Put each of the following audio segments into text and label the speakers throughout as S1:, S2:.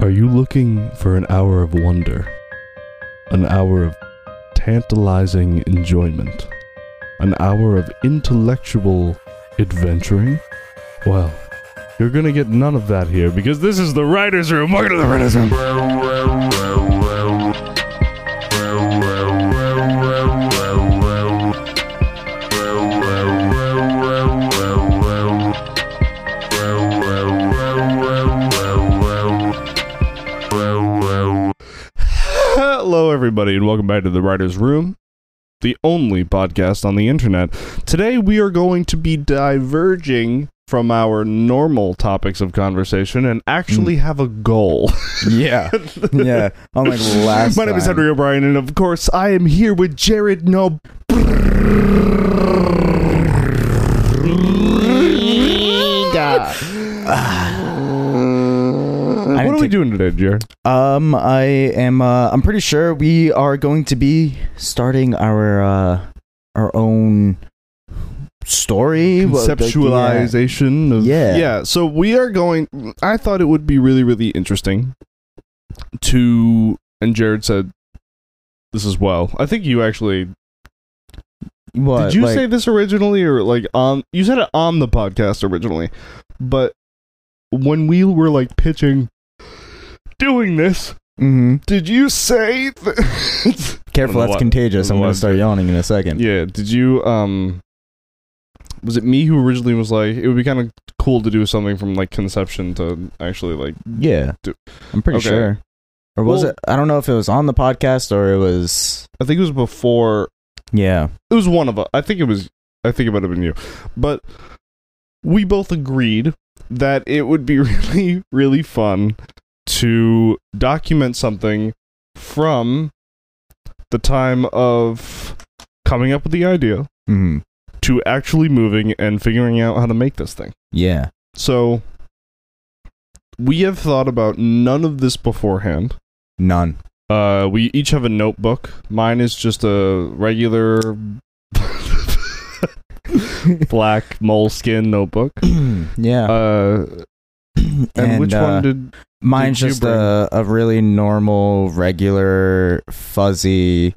S1: Are you looking for an hour of wonder? An hour of tantalizing enjoyment? An hour of intellectual adventuring? Well, you're gonna get none of that here because this is the writer's room. Welcome to the writer's room. Hello, everybody, and welcome back to the writer's room. The only podcast on the internet. Today, we are going to be diverging from our normal topics of conversation and actually have a goal.
S2: Yeah. yeah. I'm like Oh last
S1: My name is
S2: time.
S1: Henry O'Brien, and of course, I am here with Jared No.
S2: I
S1: What are
S2: didn't
S1: we
S2: take-
S1: doing today, Jared?
S2: Um I am uh I'm pretty sure we are going to be starting our uh our own story Well, like,
S1: conceptualization of
S2: Yeah.
S1: yeah so we are going i thought it would be really really interesting to and jared said this as well i think you actually
S2: yeah. What,
S1: did you
S2: like-
S1: say this originally or like on you said it on the podcast originally but when we were like pitching doing this
S2: Mhm.
S1: did you say th- Don't
S2: Careful,
S1: know
S2: that's
S1: what-
S2: contagious.
S1: don't
S2: I'm
S1: know
S2: going
S1: what-
S2: to start yawning in a second.
S1: Yeah. Did you um? Was it me who originally was like, it would be kind of cool to do something from like conception to actually like?
S2: Yeah.
S1: Do-
S2: I'm pretty
S1: Okay.
S2: sure. Or was
S1: Well-
S2: it I don't know if it was on the podcast or it was
S1: I think it was before.
S2: yeah.
S1: It was one of us. I think it was. I think it might have been you, but we both agreed that it would be really, really fun to document something from the time of coming up with the idea
S2: Mhm.
S1: to actually moving and figuring out how to make this thing.
S2: Yeah.
S1: So we have thought about none of this beforehand.
S2: None.
S1: Uh, we each have a notebook. Mine is just a regular black moleskin notebook.
S2: yeah.
S1: Uh,
S2: and,
S1: and, which
S2: uh,
S1: one did?
S2: Mine's
S1: Did you
S2: just a, a really normal, regular, fuzzy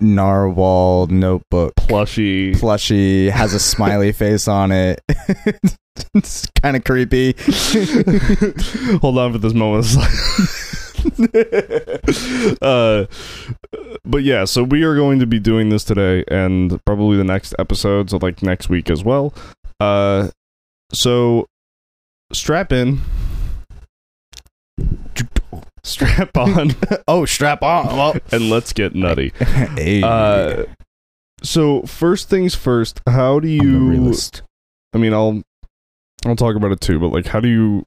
S2: narwhal notebook.
S1: Plushy.
S2: Plushy has a smiley face on it. it's kind of creepy.
S1: Hold on for this moment. uh, but yeah, so we are going to be doing this today and probably the next episode, so like next week as well. Uh, so strap in, strap on,
S2: Oh, strap on. Well,
S1: and let's get nutty.
S2: hey,
S1: Uh, so first things first, how do
S2: I'm a
S1: you?
S2: realist.
S1: I mean, I'll I'll talk about it too, but like, how do you?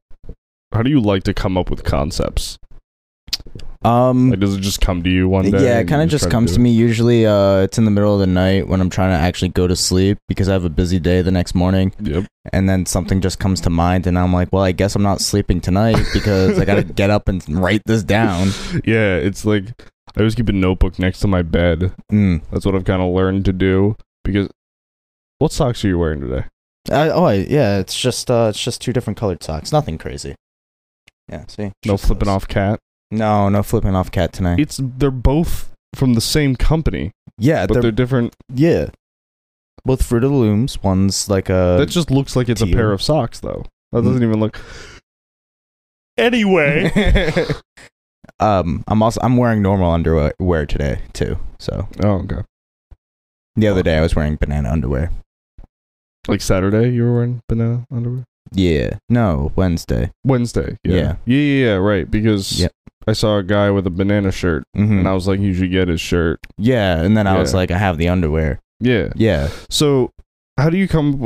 S1: How do you like to come up with concepts?
S2: Um,
S1: Like, does it just come to you one day?
S2: yeah, it
S1: and
S2: kind
S1: you
S2: of just
S1: try to
S2: comes
S1: do
S2: to me. Usually, uh, it's in the middle of the night when I'm trying to actually go to sleep because I have a busy day the next morning.
S1: it? Yep.
S2: and then something just comes to mind and i'm like well i guess i'm not sleeping tonight because i gotta get up and write this down
S1: Yeah, it's like I always keep a notebook next to my bed.
S2: mm.
S1: That's what I've kind of learned to do because. What socks are you wearing today?
S2: I, oh I, yeah it's just uh it's just two different colored socks nothing crazy yeah see
S1: No
S2: Just
S1: flipping
S2: those.
S1: off cat.
S2: no no flipping off cat tonight
S1: It's they're both from the same company,
S2: yeah
S1: but
S2: they're,
S1: they're, different.
S2: yeah both fruit of the looms one's like a
S1: that just looks like it's a
S2: teal.
S1: pair of socks, though. That
S2: Mm.
S1: doesn't even look. Anyway,
S2: um i'm also i'm wearing normal underwear today too so
S1: oh okay.
S2: the other day i was wearing banana underwear
S1: Like Saturday, you were wearing banana underwear.
S2: yeah no wednesday
S1: Wednesday,
S2: Yeah.
S1: yeah, yeah, yeah, yeah right. Because
S2: Yep.
S1: I saw a guy with a banana shirt,
S2: mm-hmm.
S1: and I was like, you should get his shirt.
S2: yeah and then i was
S1: Yeah.
S2: like i have the underwear
S1: Yeah.
S2: yeah
S1: So, how do you come?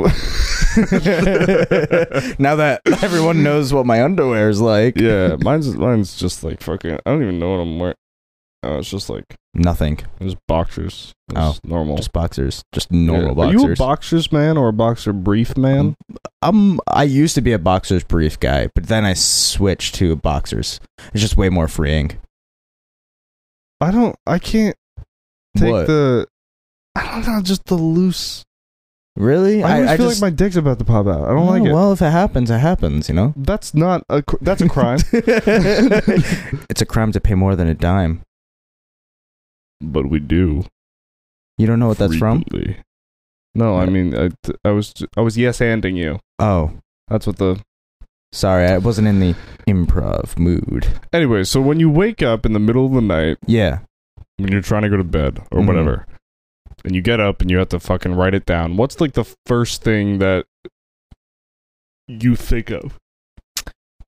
S2: now that everyone knows what my underwear is like.
S1: yeah, mine's mine's just like fucking. I don't even know what I'm wearing. Oh, it's just like
S2: Nothing.
S1: it's boxers. It's
S2: Oh,
S1: normal.
S2: Just boxers. Just normal
S1: Yeah.
S2: boxers.
S1: Are you a boxers man or a boxer brief man?
S2: um, I used to be a boxers brief guy, but then I switched to boxers. It's just way more freeing.
S1: I don't. I can't take
S2: What?
S1: the. I don't know. Just the loose.
S2: Really?
S1: I always feel
S2: just-
S1: like my dick's about to pop out. I don't
S2: Oh,
S1: like it.
S2: Well, if it happens, it happens. You know.
S1: That's not a cr- that's a crime.
S2: it's a crime to pay more than a dime.
S1: but we do.
S2: You don't know what that's from?
S1: frequently. No, I mean I, I was I was yes anding you.
S2: Oh,
S1: That's what the
S2: sorry, I wasn't in the improv mood.
S1: Anyway, so when you wake up in the middle of the night
S2: Yeah.
S1: when you're trying to go to bed or
S2: Mhm.
S1: whatever, and you get up and you have to fucking write it down, what's like the first thing that you think of?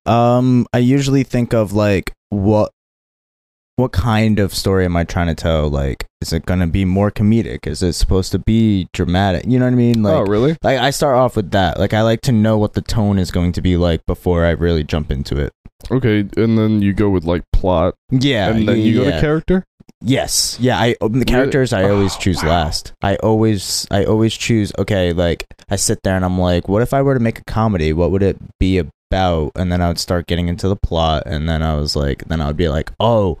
S2: Um, I usually think of like what what kind of story am I trying to tell? Like, is it gonna be more comedic? Is it supposed to be dramatic? You know what I mean? Like,
S1: oh, really?
S2: like I start off with that. Like, I like to know what the tone is going to be like before I really jump into it.
S1: Okay, and then you go with like plot,
S2: Yeah,
S1: and then you go
S2: yeah.
S1: to character.
S2: Yes. Yeah. I um, the characters I always
S1: Oh,
S2: choose
S1: wow.
S2: last. I always I always choose. Okay, like I sit there and I'm like, what if I were to make a comedy? What would it be about? And then I would start getting into the plot, and then I was like, then I would be like, oh,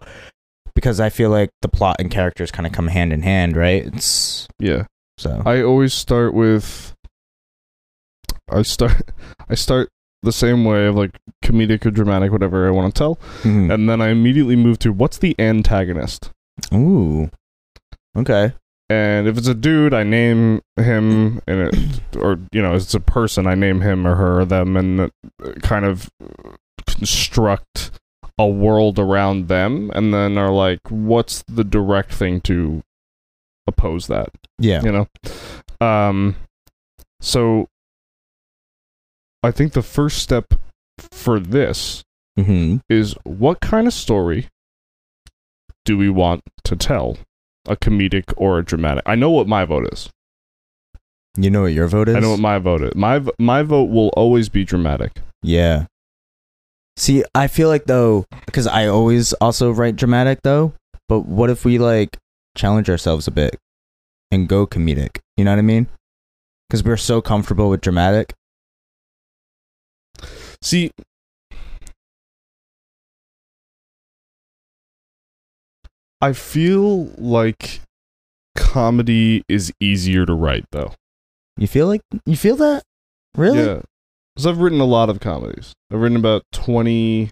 S2: because I feel like the plot and characters kind of come hand in hand, right? It's
S1: Yeah,
S2: so
S1: I always start with. I start, I start the same way of like comedic or dramatic, whatever I want to tell,
S2: Mhm.
S1: and then I immediately move to what's the antagonist.
S2: ooh, okay,
S1: and if it's a dude, I name him, and it, or you know, if it's a person, I name him or her or them, and uh, kind of construct a world around them, and then are like, what's the direct thing to oppose that?
S2: yeah,
S1: You know, um, so I think the first step for this
S2: hmm
S1: is what kind of story do we want to tell? A comedic or a dramatic? I know what my vote is.
S2: you know what your vote is?
S1: I know what my vote is. My v- my vote will always be dramatic.
S2: Yeah. See, I feel like though, because I always also write dramatic though, but what if we like challenge ourselves a bit and go comedic? You know what I mean? Because we're so comfortable with dramatic.
S1: See, I feel like comedy is easier to write though.
S2: You feel like you feel that? Really?
S1: Yeah. Cuz I've written a lot of comedies. I've written about 22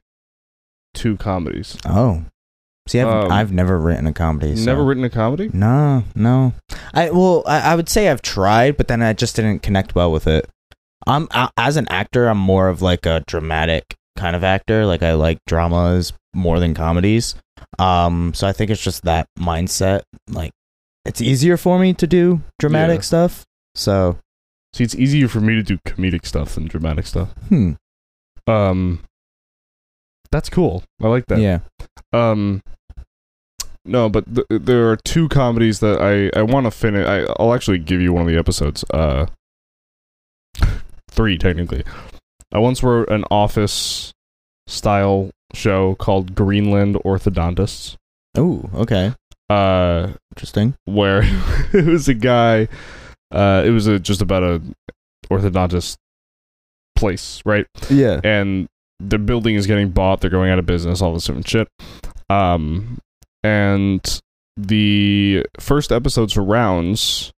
S1: comedies.
S2: Oh. See, I've,
S1: Um,
S2: I've never written a comedy. so-
S1: Never written a comedy?
S2: No, no. I well, I, I would say I've tried, but then I just didn't connect well with it. I'm I, as an actor, I'm more of like a dramatic kind of actor. Like I like dramas more than comedies. Um, so I think it's just that mindset. Like it's easier for me to do dramatic
S1: Yeah.
S2: stuff. So
S1: See, it's easier for me to do comedic stuff than dramatic stuff.
S2: hmm,
S1: Um, that's cool. I like that.
S2: yeah,
S1: Um, no, but th- there are two comedies that I I want to finish. I I'll actually give you one of the episodes. Uh, three technically. I once wrote an office style show called Greenland Orthodontists.
S2: oh, okay,
S1: Uh,
S2: interesting.
S1: where it was a guy uh it was a, just about a orthodontist place right
S2: Yeah,
S1: and the building is getting bought they're going out of business all this different shit um and the first episode surrounds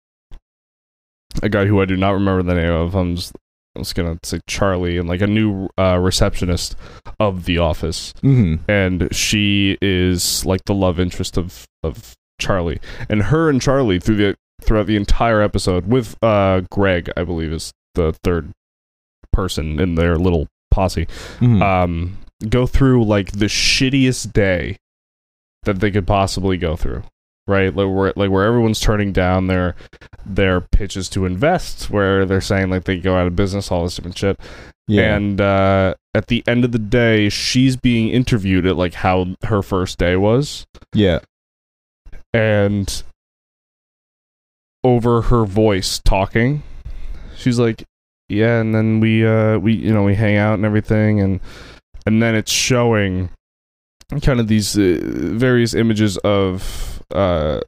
S1: a guy who i do not remember the name of i'm just, I'm just gonna say charlie and like a new uh, receptionist of the office
S2: hmm
S1: and she is like the love interest of of Charlie, and her and Charlie through the throughout the entire episode with uh Greg, I believe is the third person in their little posse.
S2: mm-hmm. Hmm.
S1: Um, go through like the shittiest day that they could possibly go through. Right, like where like where everyone's turning down their their pitches to invest, where they're saying like they go out of business, all this different shit.
S2: yeah,
S1: And uh, at the end of the day, she's being interviewed at like how her first day was.
S2: yeah.
S1: And over her voice talking, she's like, Yeah, and then we uh we you know, we hang out and everything and and then it's showing kind of these uh, various images of uh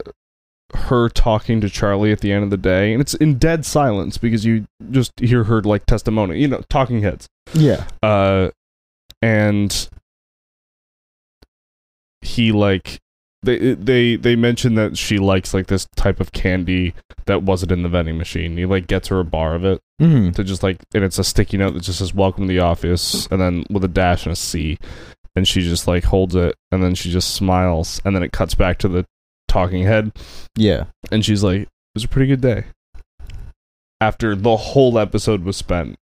S1: her talking to Charlie at the end of the day and it's in dead silence because you just hear her like testimony, you know, talking heads
S2: Yeah.
S1: uh and he like they they they mentioned that she likes like this type of candy that wasn't in the vending machine. He like gets her a bar of it
S2: Mm-hmm.
S1: to just like, and it's a sticky note that just says "Welcome to the office," and then with a dash and a C, and she just like holds it, and then she just smiles, and then it cuts back to the talking head,
S2: Yeah.
S1: and she's like, "It was a pretty good day." After the whole episode was spent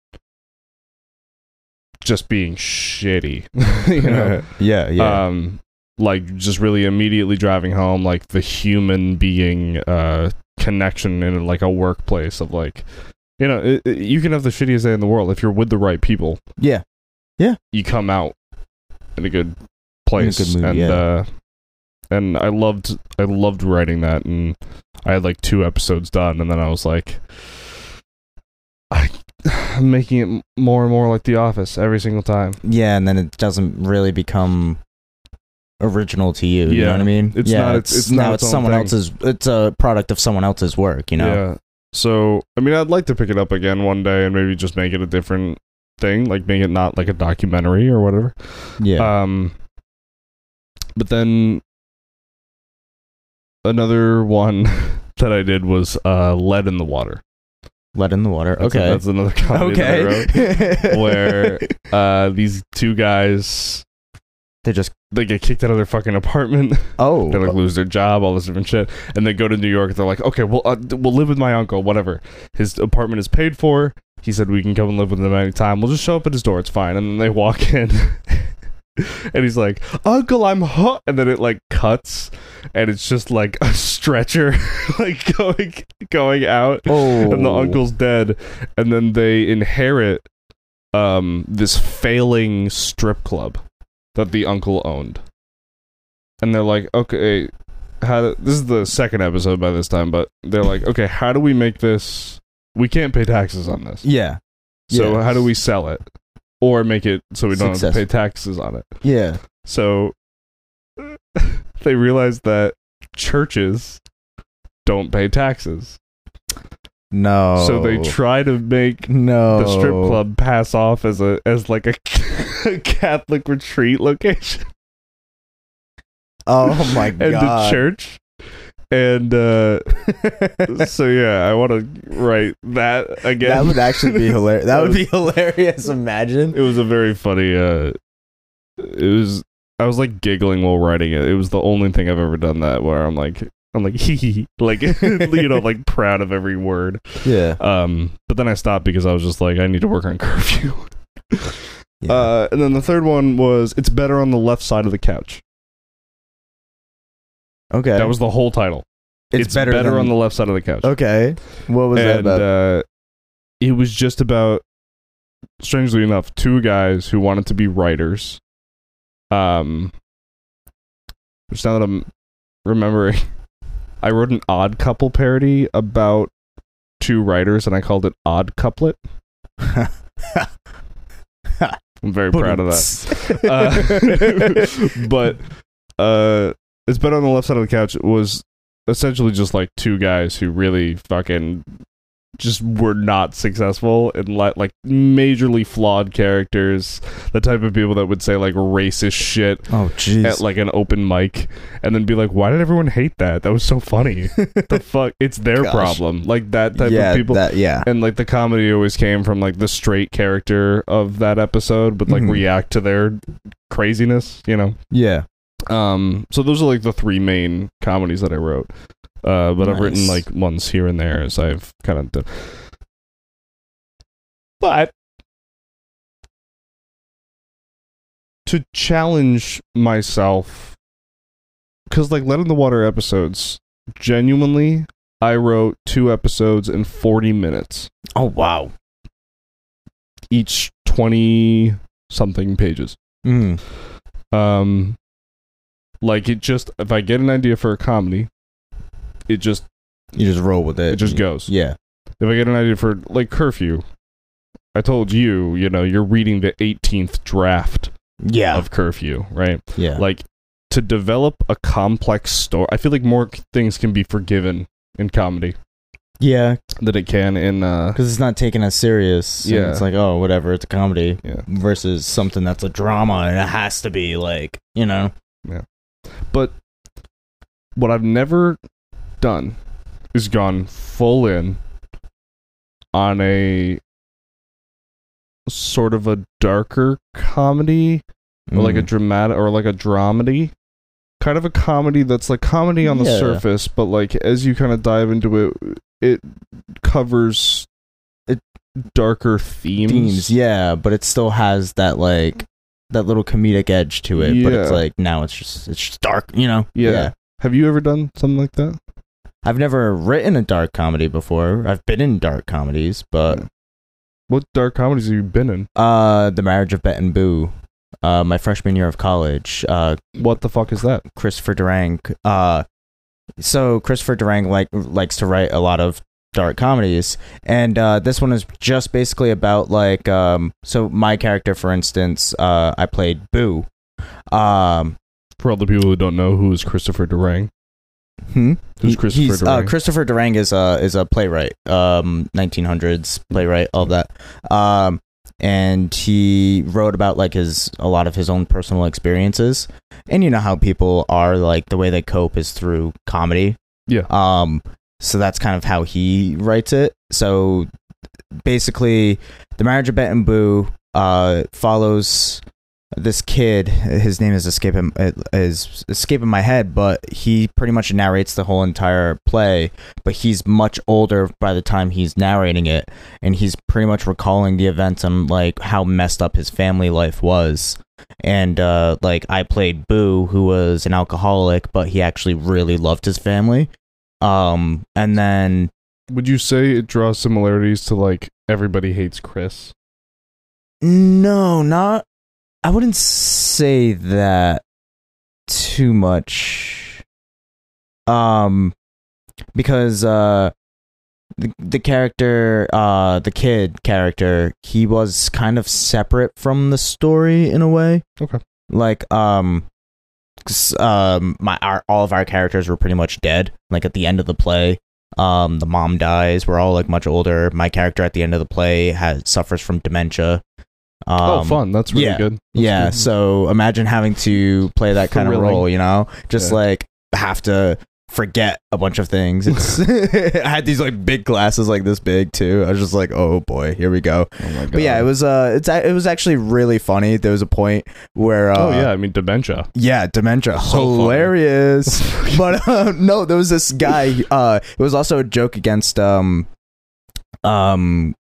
S1: just being shitty, you know.
S2: yeah. Yeah.
S1: um like just really immediately driving home like the human being uh connection in like a workplace of like you know it, it- you can have the shittiest day in the world if you're with the right people
S2: yeah.
S1: you come out in a good place
S2: good mood,
S1: and
S2: yeah.
S1: uh and I loved I loved writing that and I had like two episodes done and then I was like I, I'm making it m- more and more like The Office every single time.
S2: Yeah. And then it doesn't really become original to you. You know
S1: Yeah.
S2: what I mean?
S1: It's
S2: yeah,
S1: not- it's- it's
S2: now
S1: not
S2: it's
S1: its own
S2: someone
S1: thing.
S2: else's. It's a product of someone else's work. You know.
S1: Yeah. So, I mean, I'd like to pick it up again one day and maybe just make it a different thing, like make it not like a documentary or whatever.
S2: Yeah.
S1: Um but then another one that I did was uh lead in the water.
S2: Lead in the water.
S1: That's
S2: okay.
S1: that's another comedy that I wrote.
S2: okay.
S1: where- Uh these two guys
S2: they just
S1: they get kicked out of their fucking apartment.
S2: oh
S1: They like lose their job, all this different shit, and they go to New York. They're like, okay, well, uh, d- we'll live with my uncle, whatever. His apartment is paid for. He said we can come and live with him anytime. We'll just show up at his door. It's fine. And then they walk in, and he's like, Uncle, I'm hot. And then it like cuts, and it's just like a stretcher, like going going out,
S2: oh
S1: and the uncle's dead. And then they inherit um this failing strip club that the uncle owned. And they're like, okay, how do, this is the second episode by this time, but they're like, okay, how do we make this? We can't pay taxes on this,
S2: yeah
S1: so
S2: Yes.
S1: how do we sell it or make it so we don't have to
S2: Successful.
S1: pay taxes on it?
S2: yeah
S1: So they realized that churches don't pay taxes,
S2: no
S1: so they try to make
S2: no
S1: the strip club pass off as a as like a, Catholic retreat location.
S2: oh my
S1: and the
S2: god
S1: church. And uh, so yeah, I want to write that again.
S2: that would actually be hilarious that would
S1: was-
S2: be hilarious imagine
S1: it was a very funny. Uh, it was. I was like giggling while writing it. It was the only thing I've ever done that where I'm like. I'm like hee hee, hee, like you know, like proud of every word.
S2: yeah,
S1: Um, but then I stopped because I was just like, I need to work on curfew.
S2: yeah.
S1: Uh, and then the third one was it's better on the left side of the couch.
S2: okay
S1: That was the whole title.
S2: it's, better, than-
S1: on the left side of the couch.
S2: okay what was that
S1: and
S2: about
S1: uh, it was just about, strangely enough, two guys who wanted to be writers. Um, which now that I'm remembering, I wrote an odd couple parody about two writers, and I called it Odd Couplet. I'm very proud of that. Uh, but uh it's been on the left side of the couch was essentially just like two guys who really fucking just were not successful and li- like majorly flawed characters the type of people that would say like racist shit
S2: oh
S1: at
S2: jeez
S1: like an open mic and then be like why did everyone hate that that was so funny the fuck it's their
S2: Gosh.
S1: problem like that type
S2: yeah
S1: of people
S2: that, yeah
S1: and like the comedy always came from like the straight character of that episode would like
S2: Mhm.
S1: react to their craziness you know
S2: yeah
S1: um, so those are like the three main comedies that I wrote. Uh, but I've written
S2: Nice.
S1: like ones here and there as I've kind of done. But to challenge myself, because like Let in the Water episodes, genuinely, I wrote two episodes in 40 minutes,
S2: oh wow
S1: each 20 something pages.
S2: mm.
S1: um like it just if i get an idea for a comedy it just
S2: you just roll with it
S1: it just goes
S2: Mm-hmm. yeah
S1: if i get an idea for like curfew i told you you know you're reading the 18th draft
S2: yeah
S1: of curfew right
S2: yeah
S1: like to develop a complex story i feel like more c- things can be forgiven in comedy
S2: yeah
S1: than it can in uh
S2: because it's not taken as serious. and
S1: Yeah.
S2: it's like oh whatever, it's a comedy
S1: Yeah.
S2: versus something that's a drama and it has to be like you know.
S1: but what I've never done is gone full in on a sort of a darker comedy or like a
S2: Mm.
S1: dramatic or like a dramedy kind of a comedy that's like comedy on the
S2: Yeah.
S1: surface but like as you kind of dive into it it covers
S2: It-
S1: darker themes,
S2: themes, yeah, but it still has that like that little comedic edge to it. But it's
S1: Yeah.
S2: like now it's just it's just dark, you know.
S1: Yeah. have you ever done something like that
S2: I've never written a dark comedy before. I've been in dark comedies, but
S1: what dark comedies have you been in
S2: uh, the marriage of Bet and Boo, uh, my freshman year of college, uh,
S1: what the fuck is that
S2: Christopher Durang. Uh, so Christopher Durang like likes to write a lot of dark comedies, and uh, this one is just basically about like um. So my character, for instance, uh, I played Boo. Um,
S1: for all the people who don't know who is christopher durang
S2: hmm?
S1: who's
S2: He-
S1: christopher
S2: he's,
S1: durang
S2: Uh, Christopher Durang is a is a playwright, um, 1900s playwright, all that. Um, and he wrote about like his a lot of his own personal experiences, and you know how people are like the way they cope is through comedy.
S1: Yeah.
S2: Um, so that's kind of how he writes it. So basically, the marriage of Bet and Boo uh, follows this kid his name is escaping is escaping my head but he pretty much narrates the whole entire play but he's much older by the time he's narrating it and he's pretty much recalling the events and like how messed up his family life was and uh like i played boo who was an alcoholic but he actually really loved his family um and then
S1: would you say it draws similarities to like everybody hates chris
S2: No, not. I wouldn't say that too much. Um, because uh, the the character, uh, the kid character, he was kind of separate from the story in a way.
S1: Okay.
S2: Like um. 'cause, Um, my our, all of our characters were pretty much dead. Like at the end of the play, um the mom dies we're all like much older my character at the end of the play has suffers from dementia um
S1: oh fun that's really
S2: yeah.
S1: good That's
S2: yeah
S1: good.
S2: so imagine having to play that kind of
S1: Thrilling.
S2: role you know just
S1: Yeah.
S2: like have to forget a bunch of things it's i had these like big glasses like this big too i was just like oh boy here we go
S1: oh my god
S2: but yeah it was uh it's a- it was actually really funny there was a point where uh
S1: oh yeah i mean dementia
S2: yeah, dementia.
S1: So funny.
S2: Hilarious. but uh, no, there was this guy. Uh, it was also a joke against um, um,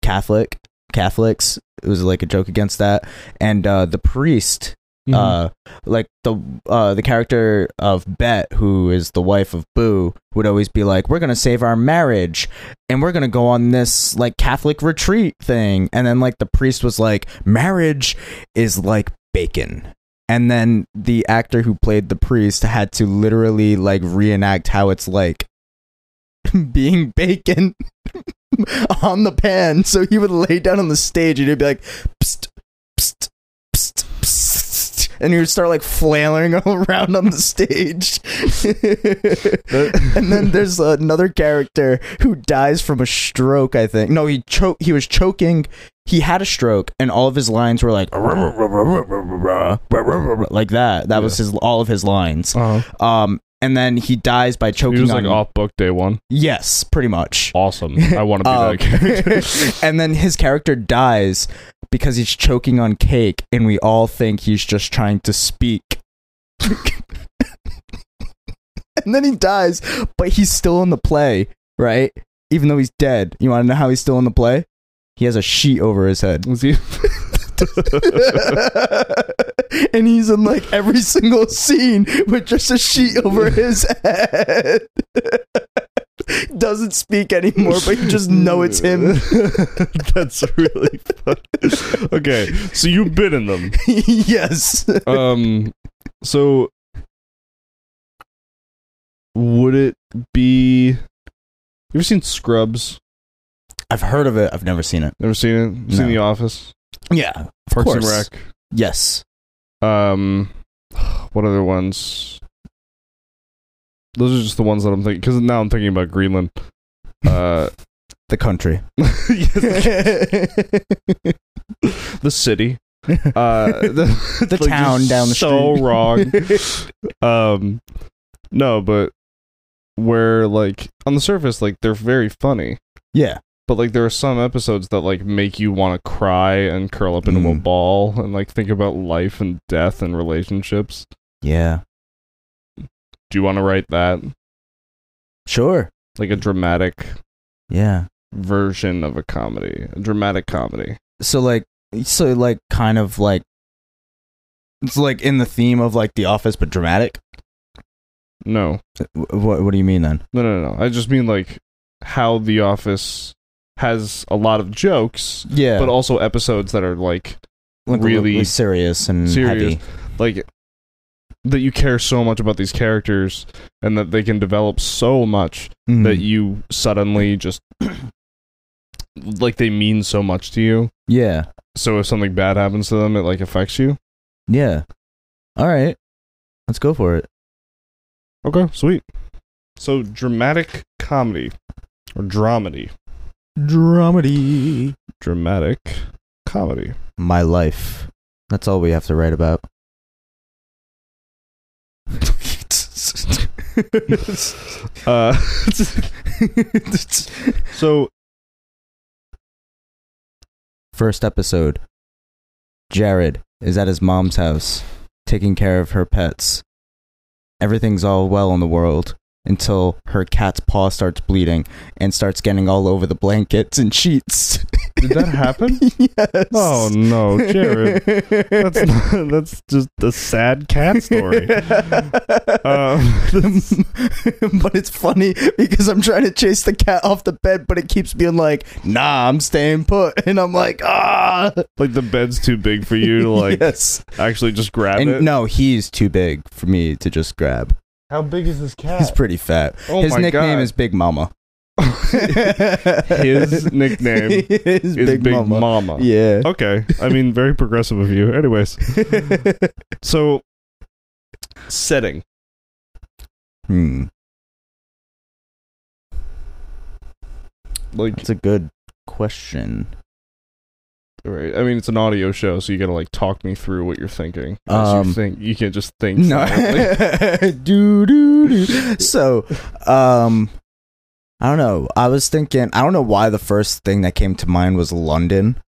S2: Catholic Catholics. It was like a joke against that. And uh, the priest,
S1: Mm-hmm.
S2: uh, like the uh, the character of Bet, who is the wife of Boo, would always be like, "We're gonna save our marriage, and we're gonna go on this like Catholic retreat thing." And then like the priest was like, "Marriage is like bacon." and then the actor who played the priest had to literally like reenact how it's like being bacon on the pan so he would lay down on the stage and he'd be like psst, psst, psst, psst, and he would start like flailing around on the stage and then there's another character who dies from a stroke i think no he cho- he was choking he had a stroke and all of his lines were like like that that was his all of his lines
S1: uh
S2: um and then he dies by choking
S1: he was
S2: on
S1: like off book day one
S2: yes pretty much
S1: awesome i want to be
S2: Um,
S1: that character
S2: and then his character dies because he's choking on cake and we all think he's just trying to speak and then he dies but he's still in the play right even though he's dead you want to know how he's still in the play he has a sheet over his head
S1: was he
S2: and he's in like every single scene with just a sheet over his head. Doesn't speak anymore, but you just know it's him.
S1: that's really fun okay so you've been in them
S2: yes.
S1: um so would it be you ever seen scrubs
S2: I've heard of it. I've never seen it.
S1: never seen it seen
S2: No.
S1: the office
S2: Yeah. Of
S1: parks and
S2: course.
S1: rec
S2: Yes.
S1: Um, what other ones? Those are just the ones that I'm thinking. Because now I'm thinking about Greenland. Uh,
S2: The country.
S1: the city. Uh, the,
S2: The
S1: like,
S2: town
S1: just
S2: down the
S1: so
S2: street.
S1: wrong. Um, No, but where like on the surface, like they're very funny,
S2: Yeah.
S1: but like there are some episodes that like make you want to cry and curl up into a
S2: Mm.
S1: ball and like think about life and death and relationships.
S2: Yeah.
S1: Do you want to write that
S2: Sure.
S1: like a dramatic
S2: Yeah.
S1: version of a comedy, a dramatic comedy?
S2: So like so like kind of like it's like in the theme of like The Office but dramatic.
S1: No,
S2: What what do you mean then?
S1: No, no, no. I just mean like how The Office has a lot of jokes,
S2: Yeah.
S1: but also episodes that are like
S2: like,
S1: really
S2: really serious and
S1: serious.
S2: heavy.
S1: like that you care so much about these characters and that they can develop so much
S2: Mhm.
S1: that you suddenly just like they mean so much to you.
S2: yeah.
S1: So if something bad happens to them, it like affects you.
S2: Yeah. All right. Let's go for it.
S1: Okay, sweet. So dramatic comedy or dramedy,
S2: Dramedy.
S1: dramatic comedy.
S2: My life. That's all we have to write about.
S1: Uh so
S2: First episode. Jared is at his mom's house, taking care of her pets. Everything's all well in the world until her cat's paw starts bleeding and starts getting all over the blankets and sheets.
S1: Did that happen?
S2: yes.
S1: Oh no, Jared. That's not, that's just a sad cat story. Um,
S2: but it's funny because I'm trying to chase the cat off the bed, but it keeps being like, "Nah, I'm staying put," and I'm like, "Ah."
S1: Like the bed's too big for you to like
S2: yes.
S1: actually just grab
S2: And
S1: it.
S2: no, he's too big for me to just grab.
S1: How big is this
S2: He's pretty fat.
S1: Oh
S2: His
S1: my
S2: nickname
S1: God.
S2: is Big Mama.
S1: His nickname
S2: is,
S1: Is
S2: Big, Mama. Yeah.
S1: Okay, I mean very progressive of you. Anyways, so setting
S2: hmm.
S1: like
S2: That's a good question.
S1: right. I mean it's an audio show, so you gotta like talk me through what you're thinking. As
S2: Um,
S1: you think you can't just think. silently.
S2: No. do, do, do. So, um, I don't know. I was thinking, I don't know why the first thing that came to mind was London.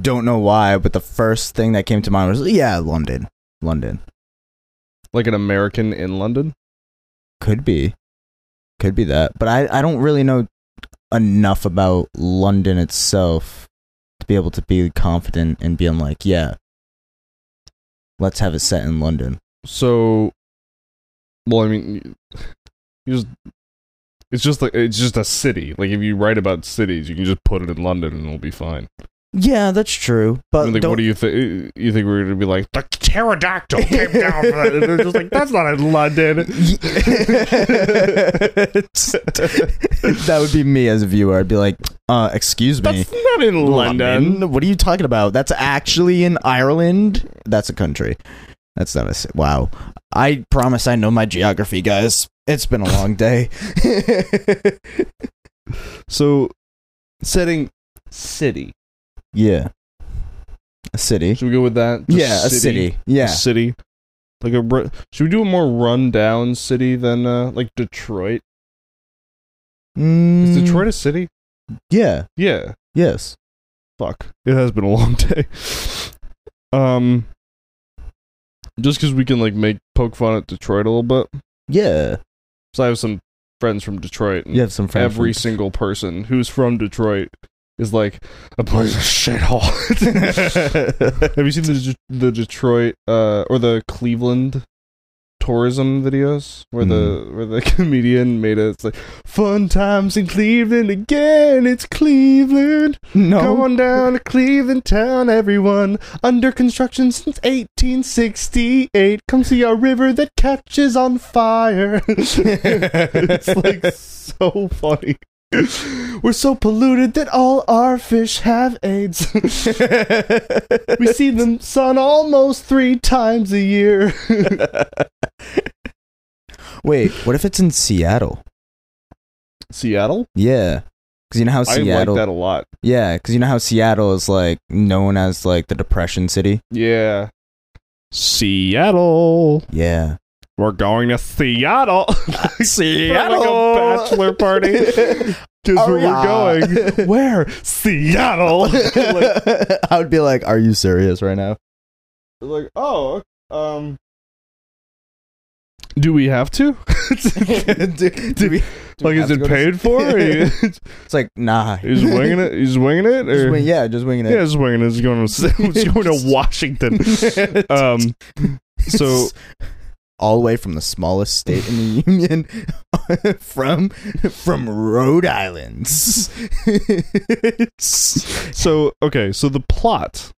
S2: Don't know why, but the first thing that came to mind was, yeah, London. London.
S1: like an American in London.
S2: Could be. Could be that. But I, I don't really know enough about London itself to be able to be confident and being like, yeah, let's have it set in London.
S1: So, well, I mean, you just it's just like it's just a city. Like if you write about cities, you can just put it in London and it'll be fine.
S2: Yeah, that's true. But
S1: I mean, like,
S2: don't,
S1: what do you think? You think we're gonna be like the pterodactyl came down? From that. And they're just like that's not in London.
S2: that would be me as a viewer. I'd be like, uh, excuse me.
S1: That's not in London.
S2: What are you talking about? That's actually in Ireland. That's a country. That's not a ci- wow. I promise I know my geography, guys. It's been a long day.
S1: So, setting city.
S2: yeah. A city.
S1: Should we go with that? Just
S2: yeah, a city.
S1: A
S2: Yeah.
S1: city. Like a ru- should we do a more rundown city than uh, like Detroit? Is
S2: Mm,
S1: Detroit a city?
S2: Yeah.
S1: Yeah.
S2: Yes.
S1: fuck it has been a long day um just because we can like make poke fun at detroit a little bit
S2: Yeah.
S1: so i have some friends from detroit and
S2: You have some friends.
S1: every
S2: from-
S1: single person who's from detroit is like a place a shithole have you seen the, De- the detroit uh or the cleveland tourism videos where the where the comedian made it it's like fun times in cleveland again it's cleveland
S2: no.
S1: Come on down to Cleveland town, everyone. Under construction since 1868. Come see our river that catches on fire. it's like so funny. We're so polluted that all our fish have AIDS. we see the sun almost three times a year.
S2: Wait, what if it's in Seattle?
S1: Seattle?
S2: Yeah, because you know how Seattle.
S1: I like that a lot.
S2: Yeah, because you know how Seattle is like known as like the Depression city.
S1: Yeah. Seattle.
S2: Yeah,
S1: we're going to Seattle.
S2: Seattle. Oh,
S1: like a bachelor party. Because where we're going. Where? Seattle. like,
S2: I would be like, "Are you serious right now?"
S1: like, oh, um. Do we have to?
S2: do, do we- do we
S1: like,
S2: have
S1: is
S2: to
S1: it
S2: go to-
S1: paid for? Are you-
S2: It's like, nah.
S1: He's winging it. He's winging it.
S2: Just
S1: Or?
S2: wing- yeah, just winging
S1: yeah,
S2: it.
S1: he's winging it. He's going to, he's going to Washington. Um, so
S2: all the way from the smallest state in the union, from from Rhode Island.
S1: so okay. So the plot.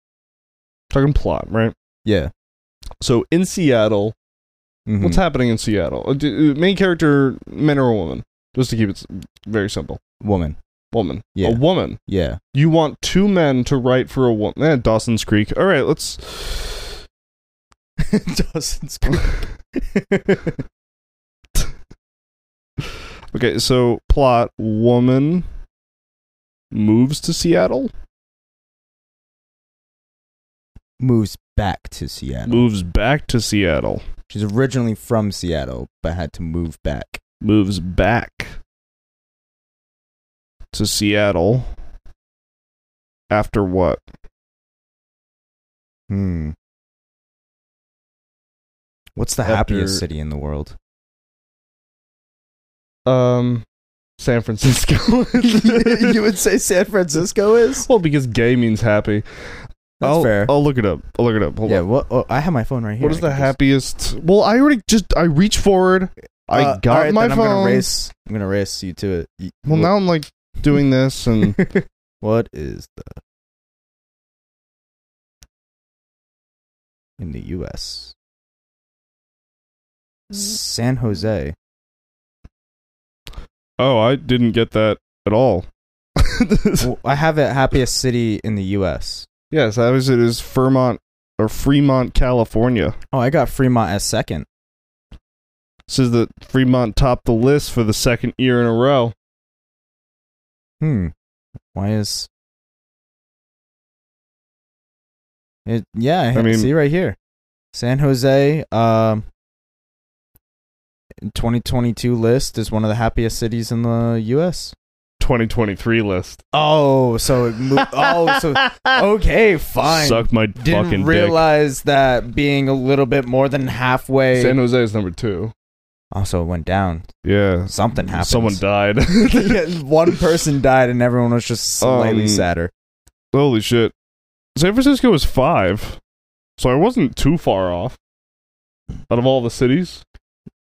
S1: Talking plot, right?
S2: yeah.
S1: So in Seattle,
S2: Mhm.
S1: what's happening in Seattle? Uh, d- uh, Main character, man or woman? Just to keep it s- very simple,
S2: Woman.
S1: woman.
S2: Yeah.
S1: A woman.
S2: Yeah.
S1: You want two men to write for a woman. Eh, Dawson's Creek. All right, let's.
S2: Dawson's Creek.
S1: Okay, so plot: woman moves to Seattle,
S2: moves back to Seattle.
S1: moves back to Seattle,
S2: She's originally from Seattle, but had to move back.
S1: moves back to Seattle after what?
S2: Hmm. What's the
S1: After-
S2: happiest city in the world?
S1: Um, San Francisco.
S2: would say San Francisco is?
S1: well, because gay means happy.
S2: That's
S1: I'll,
S2: fair.
S1: I'll look it up. I'll look it up. Hold
S2: yeah,
S1: on.
S2: what oh, I have my phone right here.
S1: What is the
S2: I can
S1: happiest? Well, I already just I reach forward. I
S2: Uh,
S1: got
S2: alright,
S1: my
S2: then I'm
S1: phone.
S2: gonna race. I'm gonna race you to it. Y-
S1: Well, now I'm like doing this and
S2: what is the in the U.S. Mm. San Jose.
S1: Oh, I didn't get that at all.
S2: Well, I have it happiest city in the U.S.
S1: yes, that was it is Fremont or Fremont, California.
S2: Oh, I got Fremont as second.
S1: Says that Fremont topped the list for the second year in a row.
S2: Hmm. Why is it? Yeah, I,
S1: mean-
S2: see right here, San Jose. Um, 2022 list is one of the happiest cities in the U.S.
S1: 2023 list.
S2: Oh, so it moved. oh, so okay, fine.
S1: Suck my
S2: Didn't
S1: fucking
S2: realize that being a little bit more than halfway.
S1: dick. San Jose is number two.
S2: also, it went down.
S1: Yeah.
S2: Something happened.
S1: Someone died.
S2: Yeah, one person died, and everyone was just slightly
S1: Um,
S2: sadder.
S1: Holy shit. San Francisco is five, so I wasn't too far off. Out of all the cities,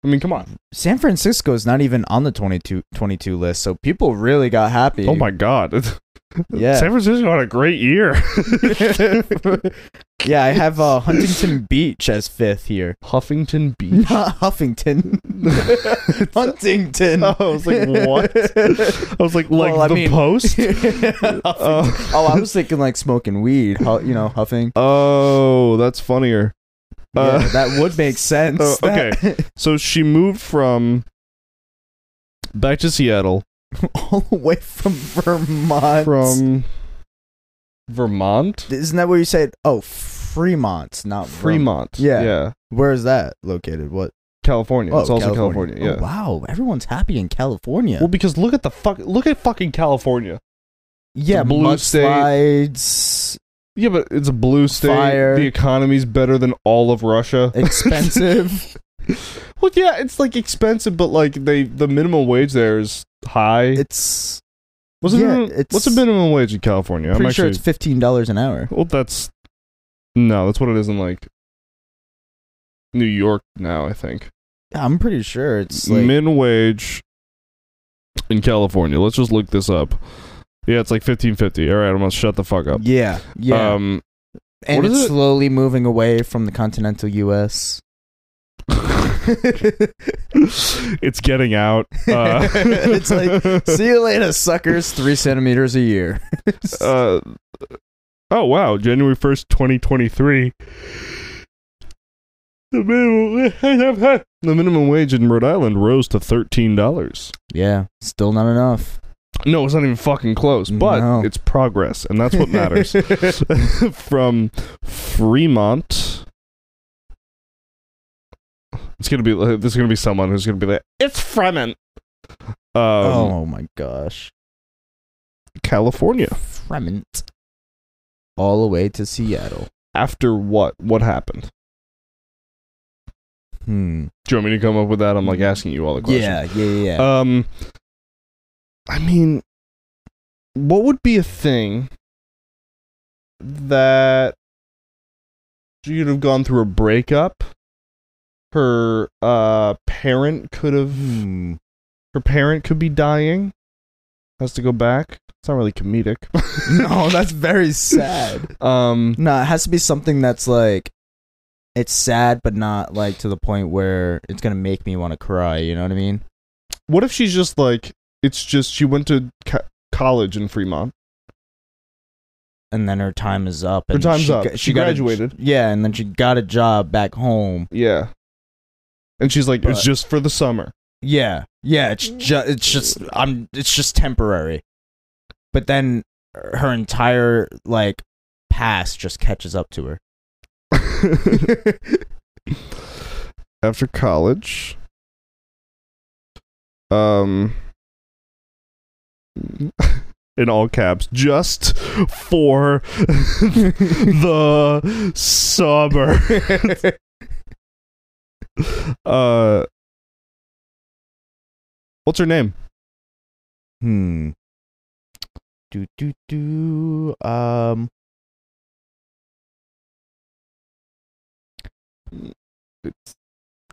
S1: I mean, come on.
S2: San Francisco is not even on the 22, 22 list, so people really got happy.
S1: Oh my god.
S2: Yeah.
S1: San Francisco had a great year.
S2: yeah, I have uh, Huntington Beach as fifth here.
S1: Huffington Beach.
S2: Not Huffington. Huntington.
S1: Oh, I was like, what? I was like, like
S2: Well, I
S1: the
S2: mean-
S1: post.
S2: Huffington.
S1: Uh,
S2: oh, I was thinking like smoking weed, hu- you know, huffing.
S1: oh, that's funnier. Uh,
S2: yeah, that would make sense.
S1: oh, okay.
S2: That-
S1: So she moved from back to Seattle
S2: all the way from Vermont.
S1: from Vermont,
S2: Isn't that where you said? Oh, Fremont, not Verm-
S1: Fremont.
S2: Oh, Yeah.
S1: yeah,
S2: Where is that located? What?
S1: California. it's also California. yeah.
S2: Oh, wow, everyone's happy in California.
S1: Well, because look at the fuck. Look at fucking California.
S2: yeah,
S1: the blue state-
S2: mudslides,
S1: Yeah, but it's a blue state.
S2: Fire.
S1: The economy's better than all of Russia.
S2: expensive.
S1: Well, yeah, it's like expensive, but like they the minimum wage there is high.
S2: it's
S1: What's, the
S2: Yeah,
S1: minimum,
S2: it's-
S1: what's the minimum wage in California?
S2: pretty sure it's fifteen dollars an hour.
S1: well, that's no, that's what it is in like New York now. I think
S2: Yeah, I'm pretty sure it's like
S1: min wage in California. Let's just look this up. Yeah, it's like fifteen fifty. All right, I'm gonna shut the fuck up.
S2: yeah, yeah,
S1: Um,
S2: and
S1: uh, what is
S2: it's
S1: it?
S2: slowly moving away from the continental U.S.
S1: it's getting out. Uh,
S2: It's like, See you later, suckers. Three centimeters a year.
S1: uh, oh wow, January first, twenty twenty three. The minimum, the minimum wage in Rhode Island rose to thirteen dollars.
S2: yeah, still not enough.
S1: No, it's not even fucking close, but
S2: No.
S1: it's progress, and that's what matters. From Fremont It's gonna be like, there's gonna be someone who's gonna be like, it's Fremen, um,
S2: oh my gosh.
S1: California.
S2: Fremont. All the way to Seattle.
S1: After what? What happened?
S2: Hmm.
S1: Do you want me to come up with that? I'm like asking you all the questions.
S2: Yeah, yeah, yeah. yeah.
S1: Um, I mean, what would be a thing that you'd have gone through a breakup? Her uh parent could have.
S2: Hmm.
S1: Her parent could be dying. Has to go back. It's not really comedic.
S2: no, that's very sad.
S1: Um,
S2: No, it has to be something that's like it's sad but not like to the point where it's gonna make me want to cry, you know what I mean?
S1: what if she's just like it's just she went to co- college in Fremont.
S2: And then her time is up.
S1: Her
S2: And
S1: time's
S2: she
S1: up.
S2: got-
S1: She
S2: got a-
S1: graduated.
S2: yeah, and then she got a job back home.
S1: Yeah. And she's like, it's
S2: But-
S1: just for the summer.
S2: Yeah, yeah. It's just, it's just, I'm, it's just temporary. But then her entire like past just catches up to her.
S1: After college. Um in all caps, just for the summer. uh What's her name?
S2: Hmm. Do do do. Um.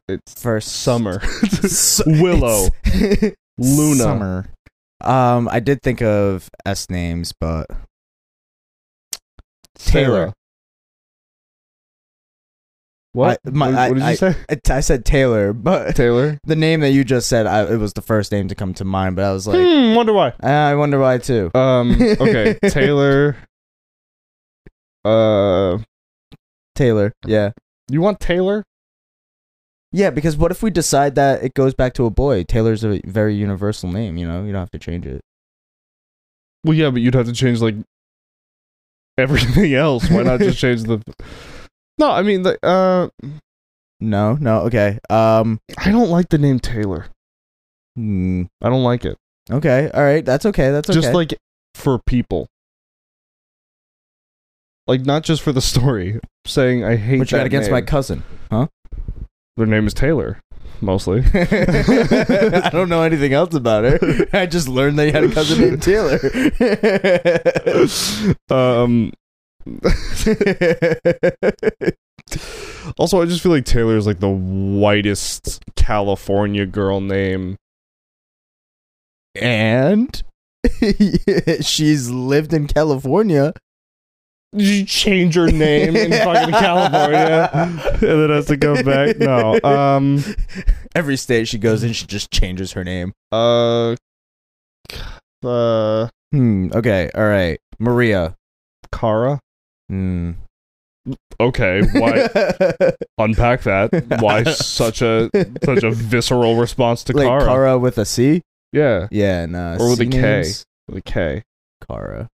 S1: It's
S2: First
S1: summer.
S2: Su-
S1: Willow.
S2: it's-
S1: Luna.
S2: Summer. Um. I did think of s names, but Taylor.
S1: What?
S2: I- my-
S1: what,
S2: I-
S1: what did you
S2: I-
S1: say?
S2: it, I said Taylor, but
S1: Taylor.
S2: the name that you just said, I, it was the first name to come to mind. But I was like, "Ah,
S1: hmm, wonder why.
S2: I wonder why too.
S1: Um. Okay, Taylor. Uh,
S2: Taylor. Yeah.
S1: you want Taylor?
S2: Yeah, because what if we decide that it goes back to a boy? Taylor's a very universal name, you know? You don't have to change it.
S1: Well, yeah, but you'd have to change like everything else. Why not just change the? No, I mean, the, uh,
S2: No, no, okay. Um
S1: I don't like the name Taylor.
S2: hmm,
S1: I don't like it.
S2: okay, all right, that's okay, that's okay.
S1: Just like for people. Like not just for the story. Saying I hate.
S2: what you got
S1: that
S2: against
S1: name.
S2: my cousin.
S1: Their name is Taylor, mostly.
S2: I don't know anything else about her. I just learned that you had a cousin named Taylor.
S1: um also i just feel like taylor is like the whitest california girl name
S2: and she's lived in California.
S1: you change her name in fucking california and then has to come back no um
S2: Every state she goes in, she just changes her name.
S1: uh uh
S2: Hmm. Okay. All right. Maria.
S1: kara
S2: Hmm.
S1: okay why unpack that why such a such a visceral response to
S2: like
S1: kara
S2: Kara with a C?
S1: yeah
S2: Yeah. No.
S1: Or with
S2: C
S1: a K.
S2: names?
S1: with a k Um,
S2: Kara.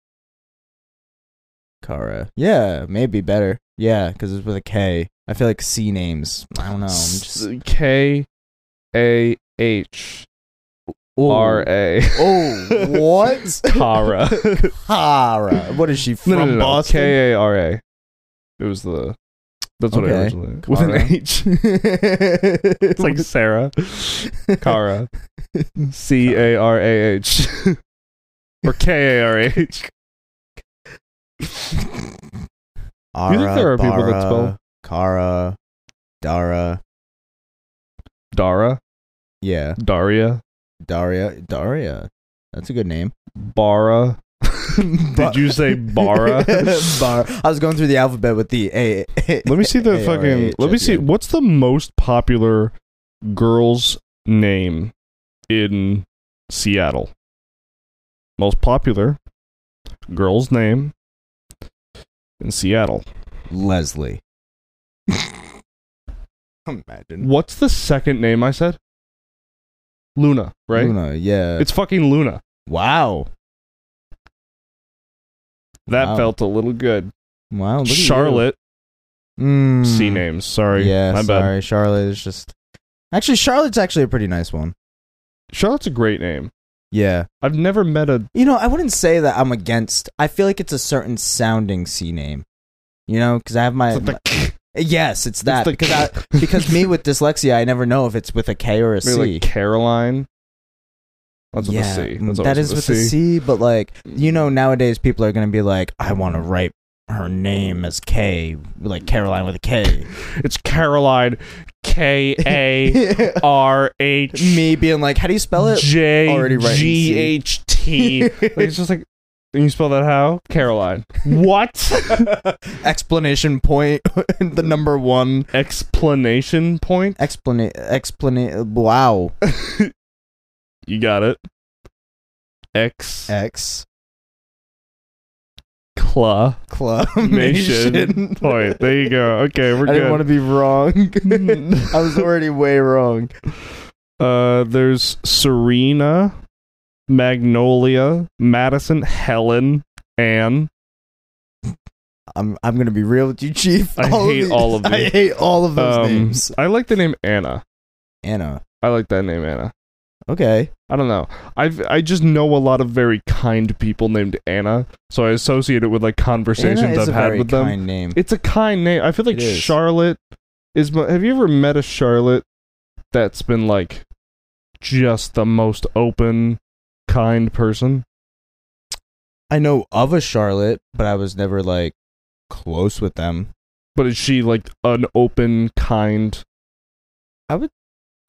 S2: Kara. Yeah. Maybe better. Yeah, because it's with a K. I feel like C names. I don't know. I'm just
S1: K A H
S2: Ooh.
S1: R A.
S2: Oh, what?
S1: Kara.
S2: Kara. What is she from
S1: No, no, no, no.
S2: Boston?
S1: K A R A. It was the. That's what I
S2: Okay.
S1: originally. With an
S2: Kara.
S1: H. It's like Sarah. Kara. C A R A H. Or K A R A H.
S2: Ara,
S1: think there are people that spell-
S2: Bara, Kara, Dara?
S1: Dara.
S2: Yeah,
S1: Daria.
S2: Daria, Daria. That's a good name.
S1: Bara. Did you say Bara?
S2: Bar. I was going through the alphabet with the A.
S1: Let me see the
S2: A R A
S1: fucking.
S2: H
S1: Let me
S2: at the
S1: see.
S2: end.
S1: What's the most popular girl's name in Seattle? Most popular girl's name in Seattle.
S2: Leslie. Imagine.
S1: What's the second name I said? Luna, right?
S2: Luna, yeah.
S1: It's fucking Luna.
S2: wow.
S1: That
S2: Wow.
S1: felt a little good.
S2: Wow. Look at you.
S1: Charlotte,
S2: Mm.
S1: C names. Sorry.
S2: Yeah,
S1: my bad.
S2: sorry. Charlotte is just Actually, Charlotte's actually a pretty nice one.
S1: Charlotte's a great name.
S2: Yeah.
S1: I've never met a
S2: You know, I wouldn't say that I'm against. I feel like it's a certain sounding C name. You know, because I have my,
S1: it's like the
S2: my- yes, it's that
S1: the-
S2: because I, because me with dyslexia, I never know if it's with a K or a C.
S1: maybe like Caroline. That's with a C. That's
S2: mm,
S1: always
S2: that is
S1: with
S2: with the
S1: a C. Mm.
S2: C. But like, you know, nowadays people are gonna be like, I want to write her name as K, like Caroline with a K.
S1: It's Caroline K A R H
S2: Me being like, how do you spell it?
S1: J
S2: Already writing C.
S1: G H T. Like, It's just like and you spell that how? Caroline. What?
S2: Explanation point. the number one.
S1: Explanation point?
S2: Explana. Explana. Wow.
S1: You got it. X
S2: X.
S1: cla
S2: Clamation.
S1: nation point. There you go. Okay, we're
S2: I didn't want
S1: good. Mm.
S2: to be wrong. I was already way wrong.
S1: Uh, there's Serena, Magnolia, Madison, Helen, Anne.
S2: I'm I'm gonna be real with you, Chief.
S1: I
S2: of
S1: hate
S2: these-
S1: all of
S2: I
S1: you.
S2: hate all of those
S1: Um,
S2: names.
S1: I like the name Anna.
S2: Anna.
S1: I like that name Anna.
S2: Okay.
S1: I don't know. I've I just know a lot of very kind people named Anna, so I associate it with like conversations
S2: Anna is
S1: I've
S2: a
S1: had
S2: very
S1: with them.
S2: kind name.
S1: It's a kind name. I feel like
S2: It is.
S1: Charlotte is. mo- Have you ever met a Charlotte that's been like just the most open, kind person?
S2: I know of a Charlotte, but I was never like close with them.
S1: But is she like an open, kind?
S2: I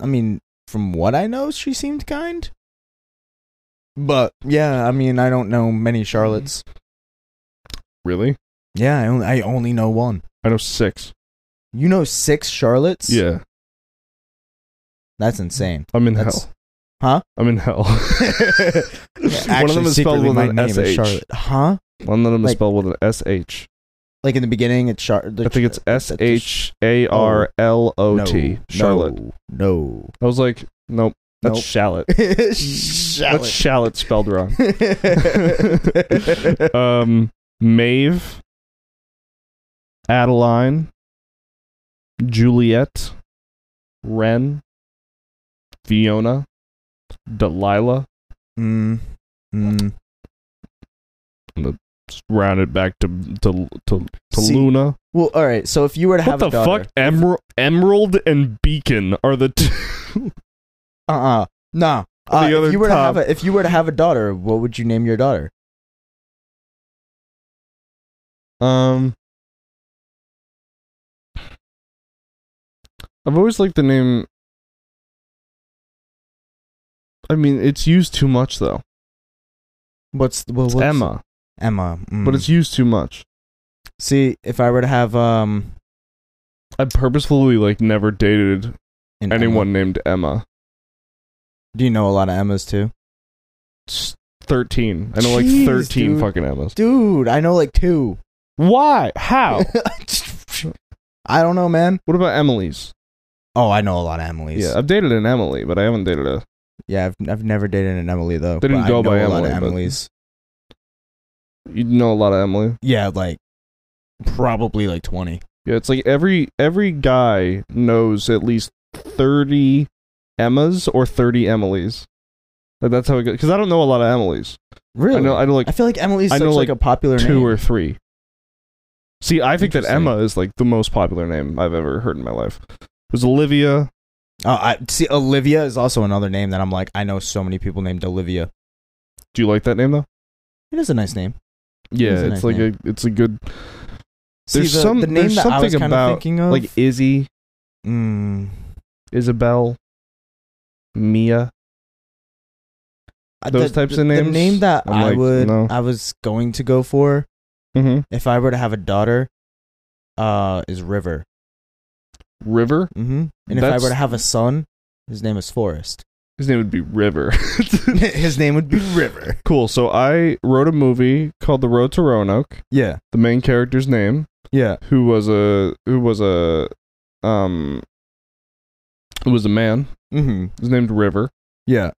S2: mean, from what I know, she seemed kind. But yeah, I mean, I don't know many Charlottes.
S1: Really?
S2: Yeah, I only, I only know one.
S1: I know six.
S2: You know six Charlottes?
S1: Yeah,
S2: That's insane.
S1: I'm in
S2: That's-
S1: hell.
S2: Huh?
S1: I'm in hell. One of
S2: Actually,
S1: them is spelled
S2: secretly,
S1: with
S2: my
S1: an
S2: name is
S1: sh.
S2: Charlotte. Huh?
S1: One of them is
S2: Like-
S1: spelled with an s h.
S2: Like in the beginning, it's Char.
S1: I think it's s h a
S2: Oh.
S1: r l o t. Charlotte.
S2: No.
S1: I was like, nope, that's
S2: Nope.
S1: shallot.
S2: no.
S1: That's shallot spelled wrong.
S2: Charlotte.
S1: um, Maeve, Adeline, Juliet, Ren, Fiona, Delilah,
S2: Mm. Mm.
S1: rounded back to to to, to
S2: See,
S1: Luna.
S2: Well, all right. So if you were to
S1: What
S2: have
S1: the
S2: a daughter,
S1: fuck? Emerald, Emerald and Beacon are the two.
S2: uh, uh no. Uh,
S1: The other
S2: if you were to have
S1: top.
S2: a, if you were to have a daughter, what would you name your daughter?
S1: um. I've always liked the name. I mean, it's used too much though.
S2: What's well,
S1: It's
S2: what's
S1: Emma,
S2: Emma. mm.
S1: but it's used too much.
S2: see, if I were to have um
S1: I purposefully like never dated
S2: an Emma-
S1: anyone named Emma.
S2: do you know a lot of Emmas too?
S1: It's Thirteen. I know like
S2: Jeez,
S1: thirteen
S2: dude.
S1: fucking Emmas.
S2: Dude, I know like two.
S1: Why? How?
S2: I don't know, man.
S1: what about Emily's?
S2: Oh, I know a lot of Emilys.
S1: Yeah, I've dated an Emily, but I haven't dated a.
S2: yeah. I've I've never dated an Emily though.
S1: They didn't
S2: but I
S1: go
S2: know
S1: by
S2: a lot of
S1: Emily, but-
S2: Emilys.
S1: You know a lot of Emily.
S2: Yeah, like probably like twenty.
S1: Yeah, it's like every every guy knows at least thirty Emmas or thirty Emilys. Like that's how it goes. Because I don't know a lot of Emilys.
S2: Really?
S1: I know I know like
S2: I feel like Emily's
S1: I
S2: such
S1: know,
S2: like,
S1: like,
S2: a popular
S1: two
S2: name.
S1: or three. See, I think that
S2: Interesting.
S1: Emma is like the most popular name I've ever heard in my life. There's Olivia.
S2: Oh, I see. Olivia is also another name that I'm like. I know so many people named Olivia.
S1: Do you like that name though?
S2: It is a nice name.
S1: Yeah,
S2: It's a
S1: it's,
S2: nice
S1: like
S2: name.
S1: a it's a good There's
S2: see, the,
S1: some-
S2: the name
S1: there's
S2: that I was
S1: something
S2: kind
S1: about,
S2: of thinking of.
S1: like Izzy,
S2: mm,
S1: Isabel, Mia.
S2: I-
S1: those
S2: the-
S1: types of
S2: the- The
S1: names,
S2: name that
S1: I'm
S2: I
S1: like,
S2: would,
S1: no.
S2: I was going to go for
S1: Mm-hmm.
S2: if I were to have a daughter, uh, is River.
S1: River.
S2: Mm-hmm. And if I
S1: That's-
S2: were to have a son, his name is Forrest.
S1: His name would be River.
S2: his name would be River.
S1: cool. So I wrote a movie called The Road to Roanoke.
S2: Yeah.
S1: The main character's name,
S2: Yeah.
S1: who was a who was a um who was a man,
S2: Mm-hmm.
S1: was named River.
S2: Yeah.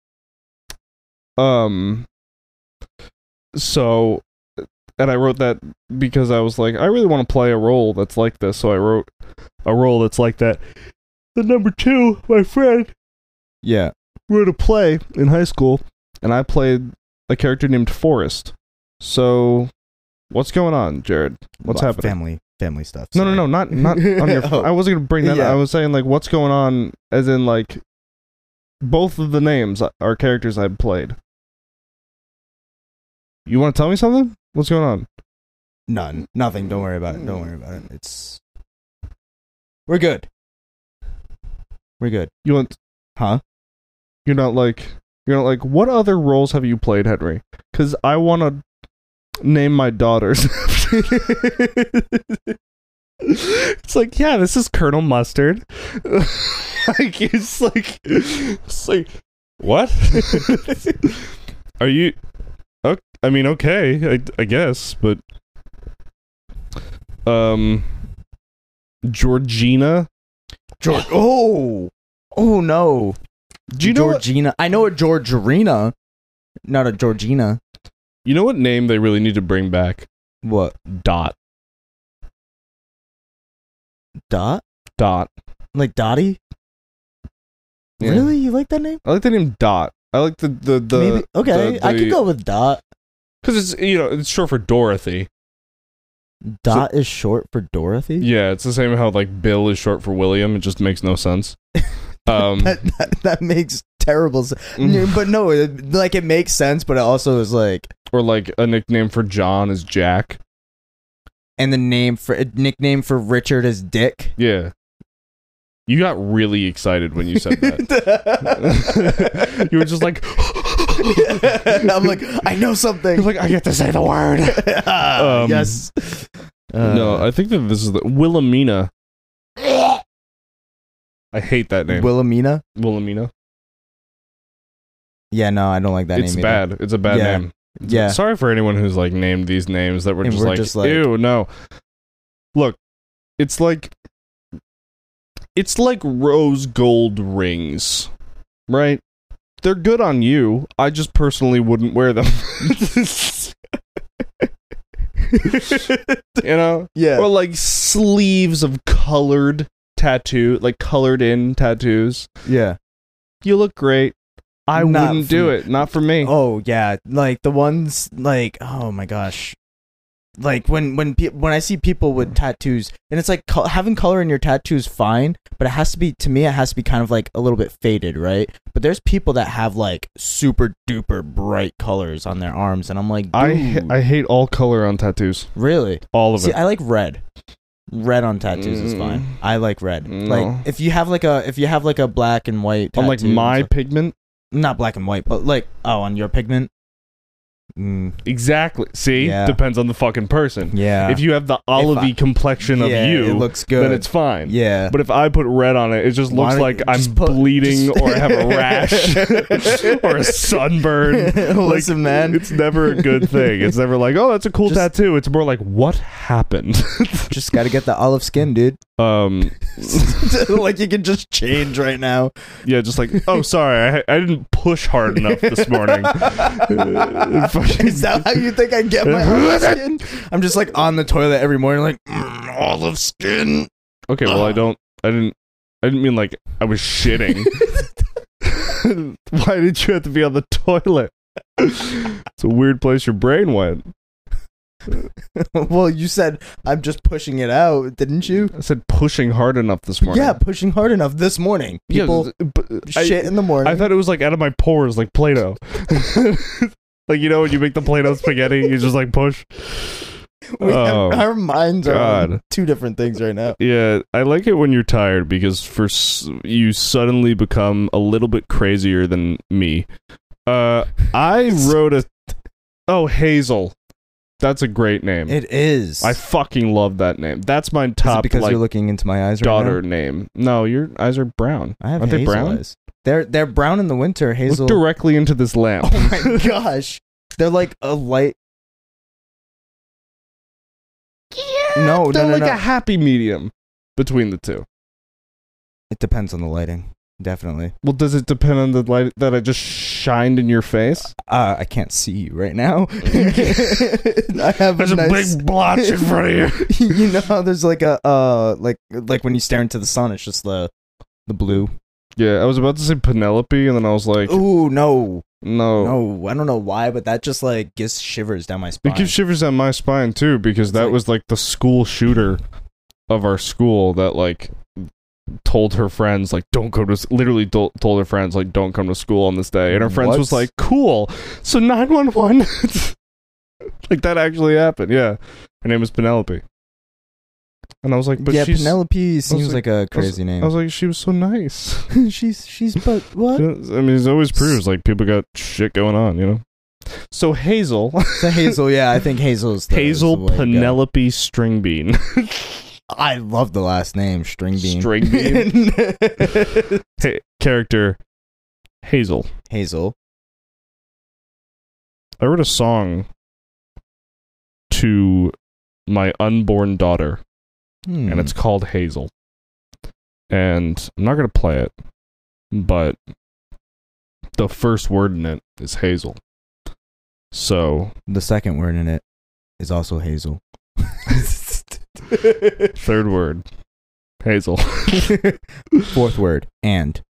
S1: Um so and I wrote that because I was like, I really want to play a role that's like this, so I wrote a role that's like that the number two, my friend,
S2: Yeah.
S1: wrote a play in high school, and I played a character named Forrest. So, what's going on, Jared? What's
S2: Well,
S1: happening?
S2: Family, family stuff.
S1: No, no,
S2: sorry.
S1: no, not not on your.
S2: Oh.
S1: I wasn't gonna bring that. up.
S2: Yeah.
S1: I was saying like, what's going on? As in like, both of the names are characters I played. You want to tell me something? What's going on?
S2: None. Nothing. Don't worry about it. Don't worry about it. It's. We're good. We're good.
S1: You want?
S2: Huh?
S1: You're not like. You're not like. What other roles have you played, Henry? Because I want to name my daughters. it's like, yeah, this is Colonel Mustard. like it's like, it's like, what? Are you? ok- I mean, okay, I, I guess, but um, Georgina.
S2: George. Oh. Oh no.
S1: Do you know? what-
S2: Georgina? I know a Georgina, not a Georgina.
S1: you know what name they really need to bring back?
S2: What
S1: Dot.
S2: dot?
S1: Dot.
S2: Like Dottie?
S1: Yeah.
S2: Really? You like that name?
S1: I like the name Dot. I like the the the.
S2: Maybe. Okay, I could go with Dot.
S1: because it's you know it's short for Dorothy.
S2: Dot is short for Dorothy.
S1: Yeah, it's the same how like Bill is short for William. It just makes no sense. Um, mhm.
S2: That, that that makes terrible sense.
S1: Mm.
S2: But no, it, like it makes sense, but it also is like
S1: or like a nickname for John is Jack.
S2: and the name for nickname for Richard is Dick.
S1: Yeah. You got really excited when you said that. you were just like,
S2: I'm like, I know something.
S1: You're like, I get to say the word.
S2: Ah,
S1: Um,
S2: yes. Uh,
S1: no, I think that this is the Wilhelmina. I hate that name.
S2: Wilhelmina.
S1: Wilhelmina.
S2: Yeah, no, I don't like that
S1: It's
S2: name. either.
S1: bad. It's a bad
S2: Yeah.
S1: name. It's-
S2: Yeah.
S1: Sorry for anyone who's like named these names that were,
S2: And
S1: just,
S2: we're
S1: like,
S2: just like-
S1: ew, no. Look, it's like it's like rose gold rings, right? They're good on you. I just personally wouldn't wear them. you know,
S2: Yeah.
S1: or like sleeves of colored tattoo, like colored in tattoos.
S2: yeah.
S1: You look great. I
S2: Not
S1: wouldn't
S2: for
S1: do
S2: me.
S1: it. Not for me.
S2: Oh yeah, like the ones like oh my gosh. Like when when pe- when I see people with tattoos and it's like col- having color in your tattoo is fine, but it has to be to me it has to be kind of like a little bit faded, right? But there's people that have like super duper bright colors on their arms and I'm like,
S1: I
S2: dude,
S1: I hate all color on tattoos.
S2: really?
S1: All of
S2: See,
S1: it.
S2: I like red. Red on tattoos is
S1: Mm.
S2: fine. I like red.
S1: No.
S2: Like if you have like a if you have like a black and white
S1: Unlike
S2: tattoo and
S1: my
S2: stuff-
S1: pigment.
S2: not black and white, but like oh on your pigment. Mm,
S1: Exactly. See,
S2: Yeah.
S1: depends on the fucking person.
S2: Yeah.
S1: If you have the olivey
S2: I-
S1: complexion of
S2: yeah,
S1: you,
S2: it looks good.
S1: then it's fine.
S2: yeah.
S1: But if I put red on it, it just
S2: Why
S1: looks
S2: don't
S1: like
S2: you
S1: I'm
S2: just put-
S1: bleeding
S2: just-
S1: or I have a rash or a sunburn. Like,
S2: Listen, man,
S1: It's never a good thing. It's never like, oh, that's a cool
S2: Just-
S1: tattoo. It's more like, what happened?
S2: just got to get the olive skin, dude.
S1: um,
S2: like you can just change right now.
S1: yeah, just like, oh, sorry, I, I didn't push hard enough this morning.
S2: Is that how you think I get my olive skin? I'm just like on the toilet every morning, like mm, olive skin. Uh.
S1: Okay, well, I don't. I didn't. I didn't mean like I was shitting. Why did you have to be on the toilet? it's a weird place your brain went.
S2: well, you said I'm just pushing it out, didn't you?
S1: I said pushing hard enough this morning.
S2: Yeah, pushing hard enough this morning.
S1: Yeah,
S2: People
S1: but I-
S2: shit in the
S1: I,
S2: morning.
S1: thought it was like out of my pores, like Play-Doh. like you know when you make the Play-Doh spaghetti, you just like push.
S2: We have-
S1: Oh,
S2: our minds are on
S1: God.
S2: two different things right now.
S1: Yeah, I like it when you're tired because for s- you suddenly become a little bit crazier than me. Uh, I wrote a. Oh, Hazel, that's a great name.
S2: It is.
S1: I fucking love that name. That's my
S2: Is it
S1: top
S2: because
S1: like
S2: you're looking into my eyes right
S1: daughter
S2: now?
S1: name. No, your eyes are brown.
S2: I have
S1: Aren't they
S2: hazel
S1: brown?
S2: eyes. They're they're brown in the winter. Hazel.
S1: Look directly into this lamp.
S2: oh my gosh, they're like a light. No,
S1: They're
S2: no, no,
S1: like
S2: no.
S1: a happy medium between the two.
S2: It depends on the lighting, definitely.
S1: Well, does it depend on the light that I just shined in your face?
S2: Uh, I can't see you right now. I have a, nice,
S1: blotch front of you.
S2: you know, how there's like a uh, like like when you stare into the sun, it's just the the blue.
S1: Yeah, I was about to say Penelope, and then I was like,
S2: Ooh, no,
S1: no.
S2: no, I don't know why, but that just like gives shivers down my spine.
S1: Oh. It gives shivers down my spine too, because
S2: It's
S1: that
S2: like-
S1: was like the school shooter of our school that like told her friends like don't go to s-" literally to- told her friends like don't come to school on this day, and her friends was
S2: What?
S1: like cool. So nine one one, like that actually happened. Yeah, her name was Penelope, and I was like, but
S2: yeah,
S1: she's.
S2: Penelope seems
S1: like-
S2: like, a crazy
S1: I was like, she was so nice.
S2: name. she's she's but
S1: I
S2: what?
S1: mean, it always proves like people got shit going on, you know. So Hazel,
S2: So Hazel, yeah, I think Hazel's the, is the
S1: Hazel
S2: way to go.
S1: Penelope Stringbean.
S2: I love the last name, String Bean.
S1: String ha- character Hazel.
S2: Hazel.
S1: I wrote a song to my unborn daughter,
S2: Hmm.
S1: and it's called Hazel. And I'm not gonna play it, but the first word in it is Hazel. So
S2: the second word in it is also Hazel.
S1: third word, Hazel.
S2: Fourth word and.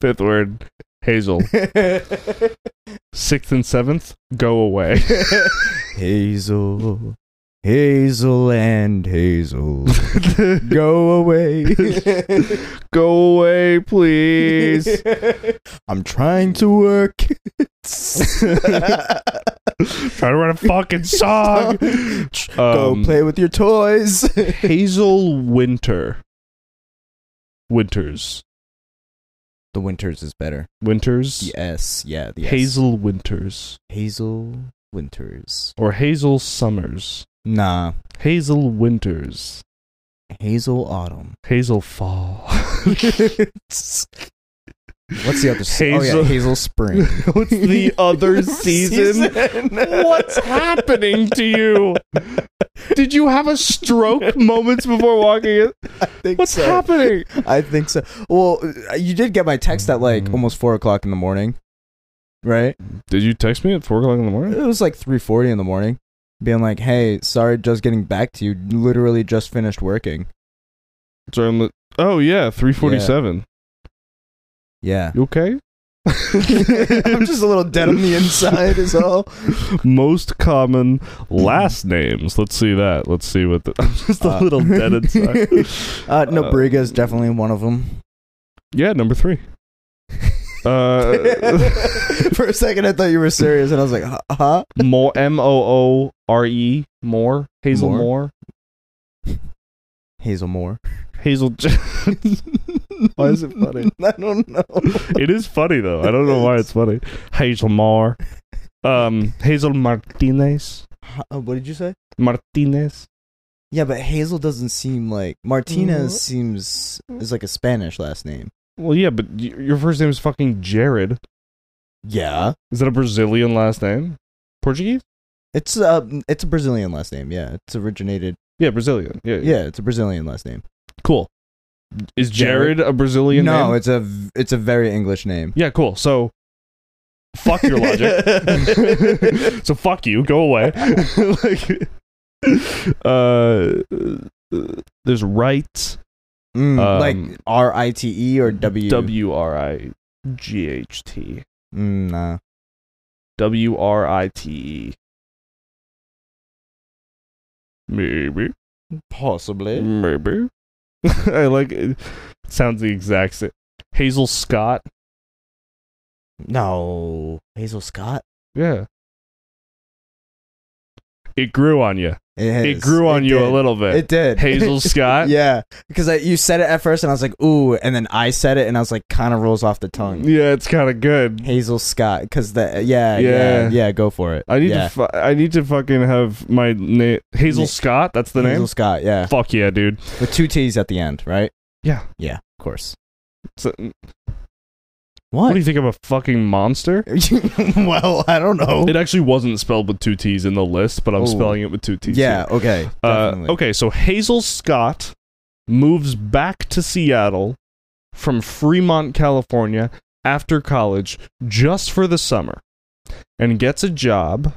S1: Fifth word, Hazel. Sixth and seventh, go away.
S2: Hazel, Hazel and Hazel, go away.
S1: go away, please.
S2: I'm trying to work.
S1: Try to run a fucking song.
S2: Go
S1: Um,
S2: play with your toys.
S1: Hazel Winter. Winters.
S2: The Winters is better.
S1: Winters.
S2: Yes, yeah. The S.
S1: Hazel Winters.
S2: Hazel Winters.
S1: Or Hazel Summers.
S2: Nah,
S1: Hazel Winters.
S2: Hazel Autumn.
S1: Hazel Fall.
S2: What's the other? s- Oh
S1: Hazel-
S2: yeah, Hazel Spring.
S1: What's the other season? What's happening to you? Did you have a stroke moments before walking in?
S2: I think
S1: What's
S2: so.
S1: happening?
S2: I think so. Well, uh, you did get my text at like almost four o'clock in the morning, right?
S1: Did you text me at four o'clock in the
S2: It
S1: morning?
S2: was like three forty in the morning, being like, "Hey, sorry, just getting back to you. Literally just finished working."
S1: Sorry, I'm li- oh yeah, three forty-seven.
S2: Yeah,
S1: You okay?
S2: I'm just a little dead on the inside, is all.
S1: Most common last names. Let's see that. Let's see what the. I'm just a
S2: Uh,
S1: little dead inside.
S2: Uh, Nobriga is definitely one of them.
S1: yeah, number three. Uh,
S2: For a second, I thought you were serious, and I was like, "Huh, "Huh?
S1: more M O O R E more Hazel
S2: Moore?
S1: Moore,
S2: Hazel Moore."
S1: Hazel. J- Why is it funny?
S2: I don't know.
S1: it is funny though. I don't know why it's funny. Hazel Moore, um, Hazel Martinez,
S2: Uh, what did you say?
S1: Martinez.
S2: Yeah, but Hazel doesn't seem like Martinez. Seems is like a Spanish last name.
S1: Well, yeah, but y- your first name is fucking Jared.
S2: Yeah,
S1: Is that a Brazilian last name? Portuguese?
S2: it's uh, it's a Brazilian last name. Yeah, it's originated.
S1: Yeah, Brazilian. Yeah, yeah.
S2: Yeah, it's a Brazilian last name.
S1: Cool. Is Jared a Brazilian
S2: no,
S1: name?
S2: it's a v- it's a very English name.
S1: yeah, cool. So fuck your logic. so fuck you. Go away. like uh there's right
S2: Mm,
S1: Um,
S2: like R I T E or W.
S1: W R I G H T.
S2: Mm, nah.
S1: W R I T E. Maybe.
S2: Possibly.
S1: Maybe. I like it. Sounds the exact same. Hazel Scott.
S2: No. Hazel Scott.
S1: Yeah. It grew on you.
S2: It, has-
S1: it grew on you
S2: did.
S1: a little bit.
S2: It did.
S1: Hazel Scott.
S2: yeah, because I, you said it at first, and I was like, "Ooh," and then I said it, and I was like, "Kind of rolls off the tongue."
S1: Yeah, it's kind of good.
S2: Hazel Scott, because the yeah, yeah, yeah,
S1: Yeah.
S2: go for it.
S1: I need
S2: yeah.
S1: to. Fu- I need to fucking have my name. Hazel
S2: Na-
S1: Scott. That's the
S2: Hazel
S1: name.
S2: Scott, yeah,
S1: Fuck yeah, dude.
S2: with two T's at the end, right?
S1: Yeah.
S2: Yeah, of course.
S1: So, what
S2: What?
S1: do you think? I'm a fucking monster.
S2: well, I don't know.
S1: It actually wasn't spelled with two T's in the list, but I'm
S2: Oh.
S1: spelling it with two T's. here.
S2: yeah. Okay.
S1: Uh,
S2: Definitely.
S1: okay, so Hazel Scott moves back to Seattle from Fremont, California after college just for the summer and gets a job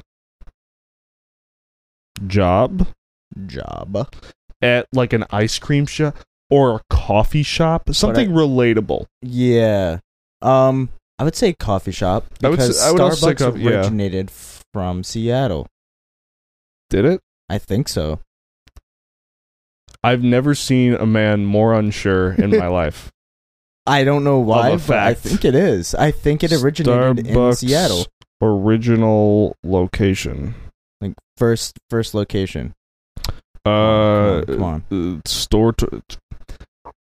S1: job oh.
S2: Job.
S1: at like an ice cream shop or a coffee shop, something relatable.
S2: Yeah. Um, I would say coffee shop
S1: I would s-
S2: because
S1: I would also say
S2: Starbucks
S1: coffee- yeah.
S2: originated from Seattle.
S1: Did it?
S2: I think so.
S1: I've never seen a man more unsure in my life.
S2: I don't know why,
S1: a
S2: but I
S1: fact.
S2: think it is. I think it originated in
S1: Starbucks
S2: Seattle.
S1: Original location.
S2: Like first first location.
S1: Uh,
S2: Oh, on, come on.
S1: uh, store to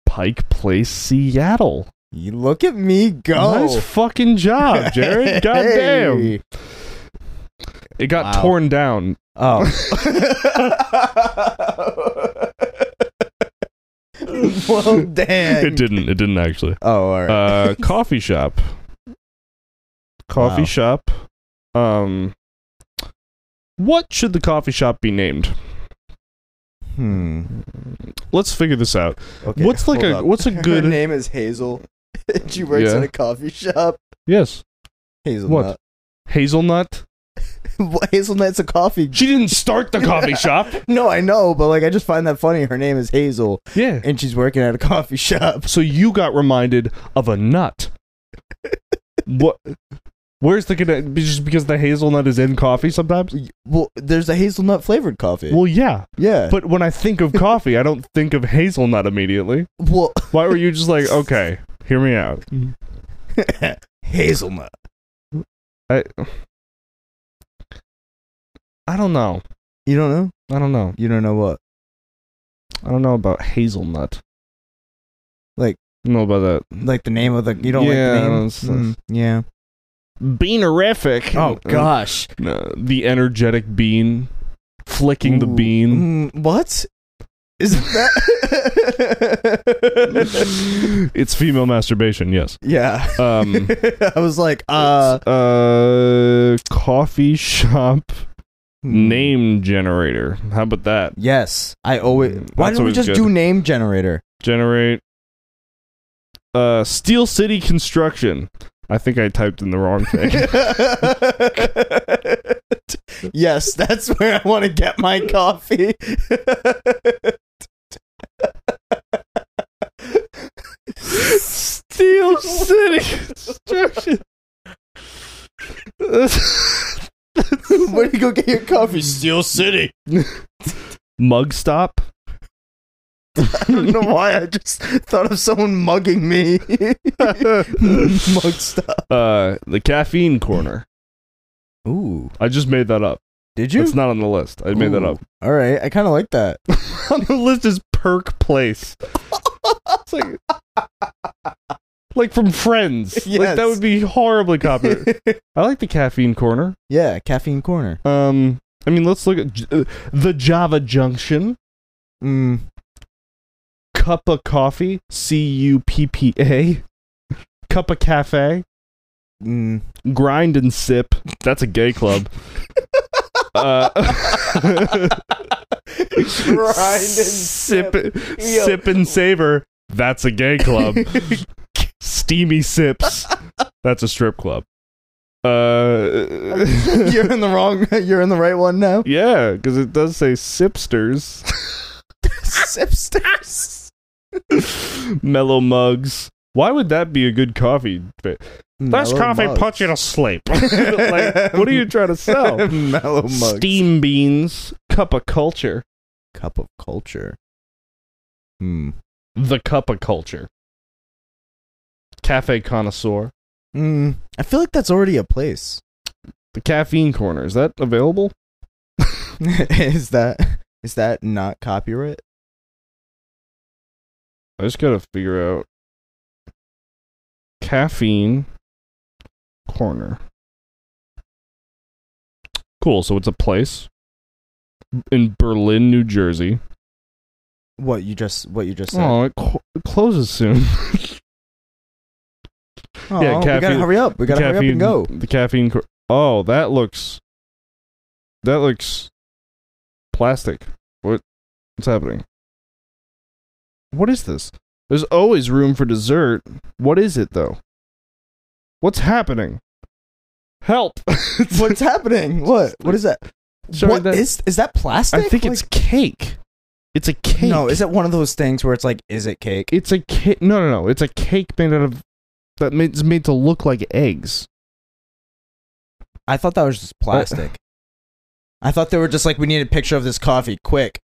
S1: Pike Place, Seattle.
S2: You look at me go.
S1: Nice fucking job, Jared. Goddamn.
S2: Hey.
S1: It got
S2: Wow.
S1: torn down.
S2: Oh. well, dang.
S1: It didn't. It didn't actually.
S2: Oh, all right.
S1: Uh, coffee shop. Coffee
S2: Wow.
S1: shop. Um, what should the coffee shop be named?
S2: hmm.
S1: Let's figure this out.
S2: Okay,
S1: what's like
S2: hold
S1: a
S2: up.
S1: what's a
S3: Her
S1: good?
S3: name is Hazel. she works
S1: Yeah.
S3: at a coffee shop.
S1: yes,
S2: Hazelnut.
S1: hazelnut.
S3: What? Hazelnut's a coffee.
S1: She didn't start the coffee shop.
S3: No, I know, but like I just find that funny. Her name is Hazel,
S1: Yeah.
S3: and she's working at a coffee shop.
S1: So you got reminded of a nut. what? Where's the conne- just because the hazelnut is in coffee sometimes?
S3: Well, there's a hazelnut flavored coffee.
S1: Well, yeah.
S3: yeah.
S1: But when I think of coffee, I don't think of hazelnut immediately.
S3: well,
S1: Why were you just like, okay, hear me out?
S2: Mm-hmm.
S3: hazelnut.
S1: I I don't know.
S3: You don't know?
S1: I don't know.
S3: You don't know what?
S1: I don't know about hazelnut.
S3: Like-
S1: I don't know about that.
S2: Like the name of the. You don't
S1: Yeah,
S2: like the name?
S1: it's-
S3: Hmm.
S1: it's-
S2: Mm, yeah.
S1: Beanerific.
S2: Oh, gosh.
S1: No, the energetic bean, flicking the
S2: Ooh.
S1: bean.
S2: Mm, what?
S3: Is that?
S1: it's female masturbation. Yes.
S3: yeah.
S1: Um,
S3: I was like, uh,
S1: uh, coffee shop
S2: Hmm.
S1: name generator. How about that?
S2: Yes. I always.
S1: Mm,
S2: Why
S1: that's
S2: don't we
S1: always
S2: just
S1: good.
S2: do name generator?
S1: Generate. Uh, Steel City Construction. I think I typed in the wrong thing.
S3: yes, that's where I want to get my coffee.
S1: Steel City Construction.
S3: where do you go get your coffee? Steel City.
S1: Mug stop.
S3: I don't know why I just thought of someone mugging me. Mug stuff.
S1: Uh, the caffeine corner.
S2: Ooh.
S1: I just made that up.
S2: Did you?
S1: It's not on the list. I made that
S2: Ooh.
S1: up.
S2: All right. I kind of like that.
S1: on the list is Perk Place. It's like, like from Friends. Like that
S3: Yes.
S1: would be horribly copied. I like the caffeine corner.
S2: yeah. Caffeine Corner.
S1: Um, I mean, let's look at J- uh, the Java Junction.
S2: Mm.
S1: Cup of coffee. C U P P A. Cup of cafe.
S2: Mm.
S1: Grind and sip. That's a gay club. uh,
S3: Grind and
S1: sip,
S3: sip.
S1: sip, and savor. That's a gay club. Steamy sips. That's a strip club. Uh,
S3: You're in the wrong. You're in the right one now.
S1: yeah, because it does say sipsters,
S3: Sipsters.
S1: mellow mugs. Why would that be a good coffee? fit? This
S2: Mellow
S1: coffee
S2: Mugs.
S1: puts you to sleep. like, what are you trying to sell?
S3: Mellow mugs.
S1: Steam beans, cup of culture,
S2: Cup of culture. Hmm.
S1: the cup of culture, cafe connoisseur.
S2: Mm. I feel like that's already a place.
S1: The caffeine corner is that available?
S2: is that is that not copyright?
S1: I just gotta figure out caffeine corner. Cool. So it's a place in Berlin, New Jersey.
S2: What you just what you just said?
S1: Oh, it, cl- it closes soon.
S2: Oh,
S1: yeah,
S2: we gotta
S1: caffeine-
S2: hurry up. We gotta hurry up and go.
S1: The caffeine. Cor- oh, that looks. That looks plastic. What? What's happening? What is this? There's always room for dessert. What is it though? What's happening? Help!
S3: What's happening? What? What is that?
S1: Sorry,
S3: What
S1: that-
S3: is is that plastic?
S1: I think
S3: Like,
S1: it's cake. It's a cake.
S2: No, is it one of those things where it's like, is it cake?
S1: it's a cake. No, no, no. It's a cake made out of that ma- it's made to look like eggs.
S2: I thought that was just
S1: Oh.
S2: plastic. I thought they were just like, we need a picture of this coffee. Quick,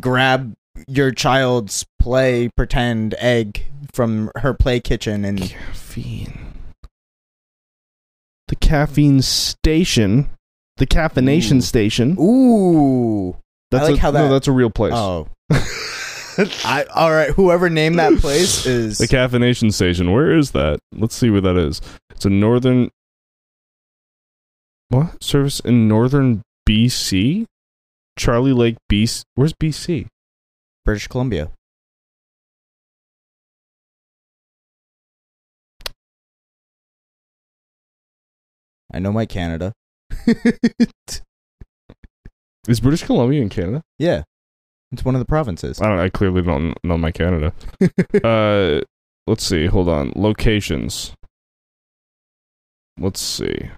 S2: grab your child's play pretend egg from her play kitchen and
S1: Caffeine. The caffeine station, the caffeination
S2: Ooh.
S1: station.
S2: ooh.
S1: That's
S2: like
S1: a,
S2: how that-
S1: no, that's a real place.
S2: Oh, I all right. Whoever named that place is
S1: The caffeination station. Where is that? Let's see where that is. It's a northern. What service in northern BC? Charlie Lake, BC. Where's BC?
S2: British Columbia. I know my Canada.
S1: Is British Columbia in Canada?
S2: yeah, it's one of the provinces.
S1: I don't. I clearly don't know my Canada. uh, let's see. Hold on. Locations. Let's see.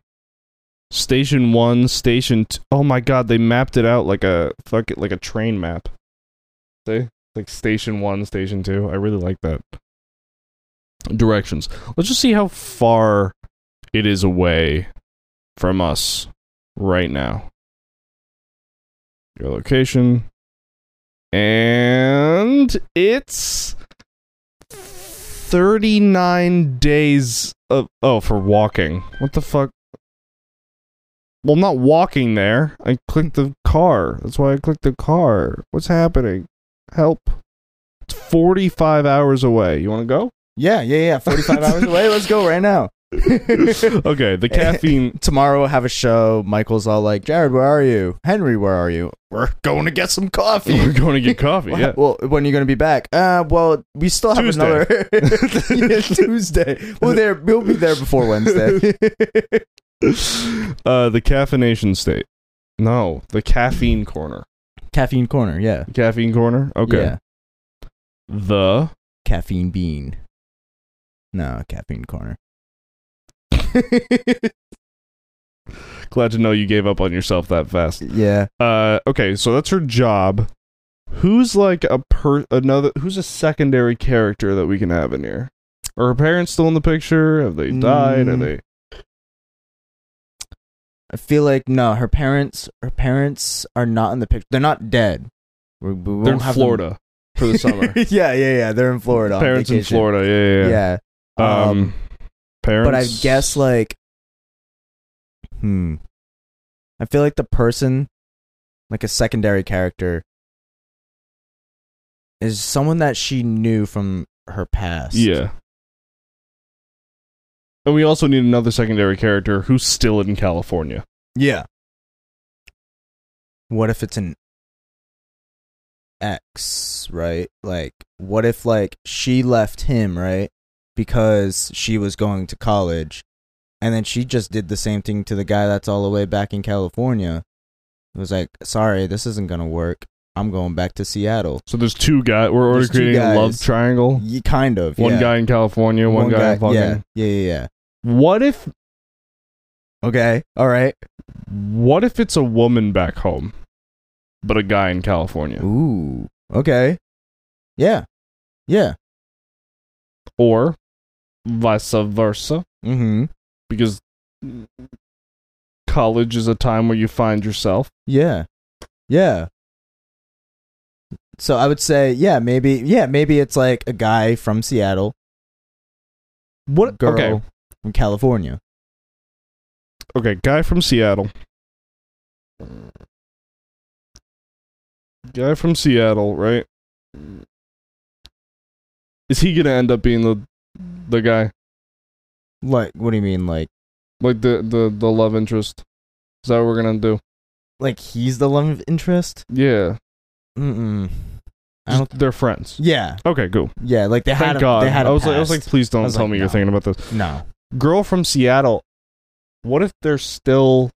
S1: Station one, station. T- oh my god, they mapped it out like a fuck it, like a train map. See, like station one, station two. I really like that. Directions. Let's just see how far it is away from us right now. Your location. And it's 39 days of oh for walking. What the fuck? Well, I'm not walking there. I clicked the car. That's why I clicked the car. What's happening? Help. It's 45 hours away. You want to go?
S2: Yeah, yeah, yeah. Forty-five hours away. Let's go right now.
S1: okay, the caffeine
S2: Tomorrow we'll have a show. Michael's all like, Jared, where are you? Henry, where are you? We're going to get some coffee.
S1: we're going to get coffee.
S2: Wha-
S1: Yeah.
S2: Well, when are you going to be back? Uh, well, we still have
S1: Tuesday.
S2: another Yeah, Tuesday. Well, there we'll be there before Wednesday.
S1: Uh the caffeination state. No, the caffeine corner.
S2: Caffeine corner, yeah.
S1: Caffeine corner? Okay.
S2: Yeah.
S1: The
S2: Caffeine bean. No, caffeine corner.
S1: Glad to know you gave up on yourself that fast.
S2: Yeah.
S1: Uh, okay, so that's her job. Who's like a per another? Who's a secondary character that we can have in here? Are her parents still in the picture? Have they died? Are
S2: Mm.
S1: they?
S2: I feel like no, her parents her parents are not in the picture. They're not dead. We, we won't
S1: They're in
S2: have them-
S1: Florida for the summer.
S2: yeah, yeah, yeah. They're in Florida. on
S1: parents in
S2: vacation.
S1: Florida. Yeah, yeah. yeah.
S2: Yeah.
S1: Um,
S2: um,
S1: parents.
S2: But I guess like hmm. I feel like the person like a secondary character is someone that she knew from her past.
S1: Yeah. And we also need another secondary character who's still in California.
S2: Yeah. What if it's an ex, right? Like, what if, like, she left him, right? Because she was going to college. And then she just did the same thing to the guy that's all the way back in California. It was like, sorry, this isn't going to work. I'm going back to Seattle.
S1: So there's two guys. We're already
S2: There's two
S1: creating a love
S2: guys.
S1: triangle.
S2: Ye kind of.
S1: One
S2: yeah.
S1: guy in California. One, guy, in fucking.
S2: yeah. yeah, yeah, yeah.
S1: What if
S2: Okay. All right.
S1: What if it's a woman back home, but a guy in California?
S2: Ooh. Okay. Yeah. Yeah.
S1: Or vice versa,
S2: Mm hmm.
S1: because college is a time where you find yourself.
S2: Yeah. Yeah. So I would say, yeah, maybe, yeah, maybe it's like a guy from Seattle,
S1: What
S2: girl
S1: Okay,
S2: from California.
S1: okay, guy from Seattle. Guy from Seattle, right? Is he gonna end up being the the guy,
S2: Like, what do you mean? Like,
S1: like the the the love interest? Is that what we're gonna do?
S2: like he's the love interest?
S1: Yeah,
S2: Mm-mm. I
S1: Just
S2: don't.
S1: they're friends.
S2: Yeah,
S1: Okay, cool.
S2: yeah. Like they had.
S1: Thank
S2: A,
S1: God.
S2: They had.
S1: I
S2: a
S1: was like, I was like,
S2: past.
S1: please don't
S2: I was
S1: tell
S2: like,
S1: me
S2: no.
S1: you're thinking about this.
S2: no.
S1: Girl from Seattle. What if they're still,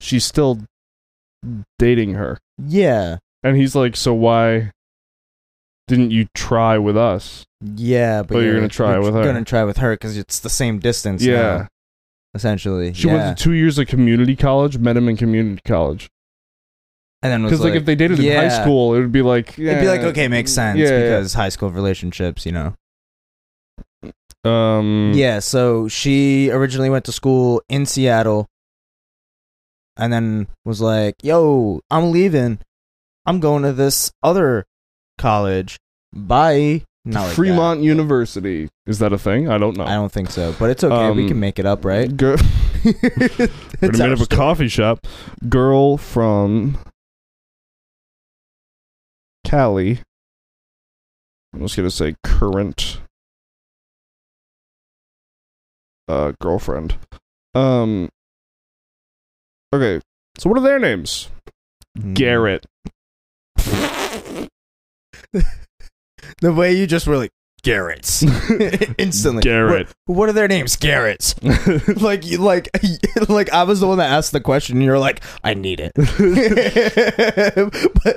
S1: she's still dating her,
S2: Yeah,
S1: and he's like, so why didn't you try with us?
S2: yeah. But,
S1: But you're gonna try with her.
S2: Gonna try with her because it's the same distance.
S1: yeah,
S2: now, essentially.
S1: she
S2: yeah.
S1: went to two years of community college, met him in community college.
S2: And then
S1: Because
S2: was
S1: like, if they dated in high
S2: yeah.
S1: school, it would be like
S2: it'd be like,
S1: yeah,
S2: okay, makes sense
S1: yeah, yeah.
S2: because high school relationships, you know.
S1: Um,
S2: Yeah, so she originally went to school in Seattle and then was like, yo, I'm leaving. I'm going to this other college. Bye. Not like that.
S1: Fremont University is that a thing? I don't know.
S2: I don't think so, but it's okay. we
S1: Um,
S2: can make it up, right?
S1: Girl,
S2: it's
S1: made
S2: our
S1: up a
S2: story.
S1: coffee shop. Girl from Cali. I was gonna say current uh, girlfriend. Um. Okay, so what are their names? Garrett.
S2: The way you just were like, Garrett's. Instantly.
S1: Garrett.
S2: What, what are their names? Garrett's. like you like like I was the one that asked the question. You're like, I need it. but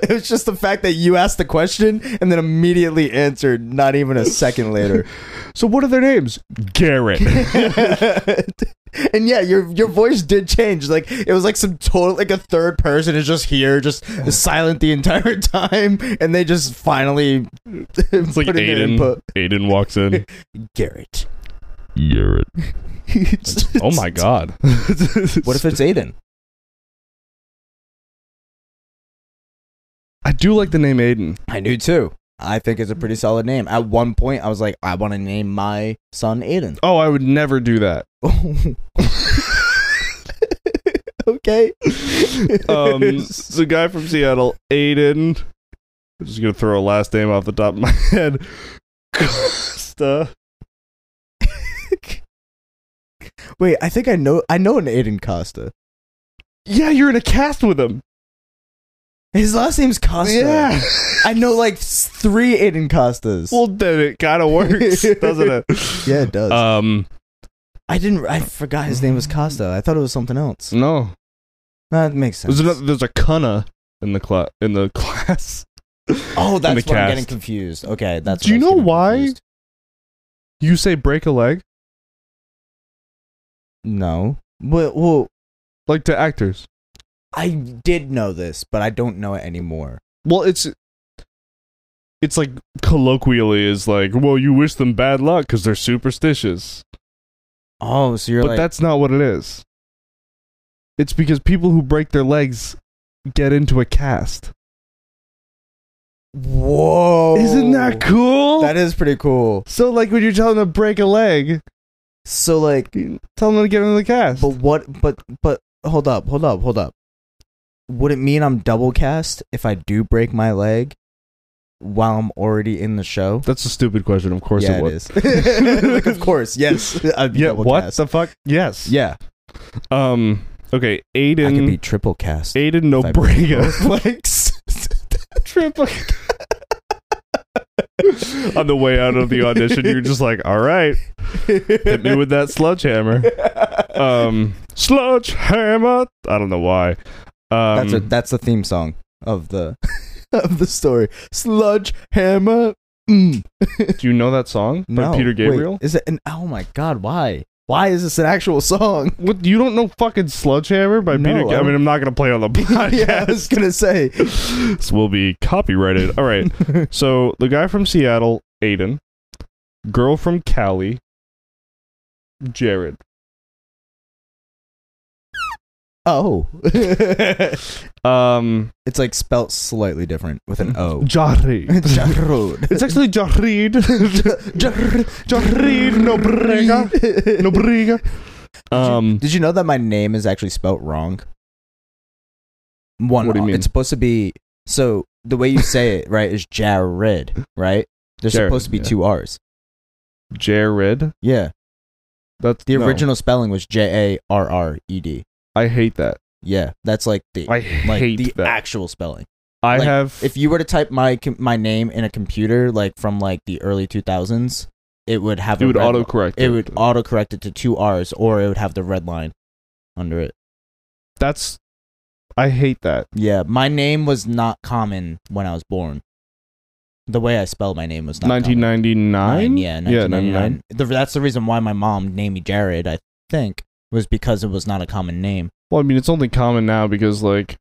S2: it was just the fact that you asked the question and then immediately answered, not even a second later.
S1: So what are their names? Garrett.
S2: and yeah, your your voice did change. Like it was like some total like a third person is just here, just silent the entire time, and they just finally
S1: It's like
S2: put in their
S1: Aiden.
S2: input.
S1: Aiden walks in.
S2: Garrett.
S1: Garrett. Oh my god.
S2: What if it's Aiden?
S1: I do like the name Aiden.
S2: I do too. I think it's a pretty solid name. At one point, I was like, I want to name my son Aiden.
S1: Oh, I would never do that.
S2: okay.
S1: Um, it's a guy from Seattle, Aiden. I'm just gonna throw a last name off the top of my head. Costa.
S2: Wait, I think I know. I know an Aiden Costa.
S1: Yeah, you're in a cast with him.
S2: His last name's Costa.
S1: Yeah.
S2: I know like s- three Aiden Costas.
S1: Well, then it kind of works, doesn't it?
S2: yeah, it does.
S1: Um,
S2: I didn't. I forgot his name was Costa. I thought it was something else.
S1: no.
S2: That makes sense.
S1: There's another, there's a cunna in the cla- in the class. the
S2: oh, that's what I'm getting
S1: cast.
S2: confused. Okay, that's.
S1: Do
S2: what
S1: you
S2: I was
S1: know
S2: getting
S1: why?
S2: confused.
S1: You say break a leg,
S2: No. Well, well,
S1: like to actors.
S2: I did know this, but I don't know it anymore.
S1: Well, it's it's like colloquially is like, well, you wish them bad luck because they're superstitious,
S2: Oh, so you're
S1: but
S2: like
S1: that's not what it is. It's because people who break their legs get into a cast.
S2: Whoa!
S1: Isn't Oh. that cool?
S2: That is pretty cool.
S1: so, like, when you're telling them to break a leg,
S2: So like,
S1: tell them to get into the cast.
S2: but what? But but hold up, hold up, hold up. Would it mean I'm double cast if I do break my leg while I'm already in the show?
S1: That's a stupid question. Of course,
S2: yeah,
S1: it would.
S2: is. like, of course, yes. I'd be
S1: Yeah.
S2: double
S1: What
S2: cast.
S1: the fuck? Yes.
S2: yeah,
S1: Um. Okay.
S2: I could be
S1: Aiden.
S2: triple cast.
S1: Aiden
S2: if I break
S1: Nobrega.
S2: both legs.
S1: triple. On the way out of the audition, you're just like, "All right, hit me with that sledgehammer." Um, sledgehammer. I don't know why. Um,
S2: that's a, that's the theme song of the of the story. Sludge hammer. Mm.
S1: do you know that song by
S2: no,
S1: Peter
S2: wait,
S1: Gabriel?
S2: is it? An, oh my god! Why? Why is this an actual song?
S1: What you don't know? Fucking sledgehammer by
S2: No,
S1: Peter. Ga-
S2: I
S1: I mean,
S2: don't-
S1: I'm not gonna play on the podcast.
S2: yeah, I was gonna say.
S1: this will be copyrighted. All right. So the guy from Seattle, Aiden, girl from Cali, Jared.
S2: Oh,
S1: Um,
S2: it's like spelt slightly different with an O.
S1: Jared.
S2: Jarrod.
S1: It's actually Jared. Jared Nobrega. Nobrega. Um,
S2: Did you know that my name is actually spelt wrong? One.
S1: What do you
S2: R.
S1: mean?
S2: It's supposed to be so. The way you say it, right, is Jared, right? There's
S1: Jared,
S2: supposed to be
S1: yeah.
S2: two R's.
S1: Jared.
S2: Yeah.
S1: That's
S2: The
S1: no.
S2: original spelling was J A R R E D.
S1: I hate that.
S2: Yeah, that's like the
S1: I
S2: like
S1: hate
S2: the
S1: that.
S2: actual spelling.
S1: I
S2: like,
S1: have.
S2: If you were to type my com- my name in a computer like from like the early 2000s, it would have
S1: it
S2: a
S1: would
S2: red li-
S1: autocorrect.
S2: it would autocorrect it to two R's or it would have the red line under it.
S1: That's. I hate that.
S2: Yeah, my name was not common when I was born. The way I spelled my name was not common.
S1: 1999.
S2: Yeah, 1999. The- that's the reason why my mom named me Jared, I think, was because it was not a common name.
S1: Well, I mean, it's only common now because like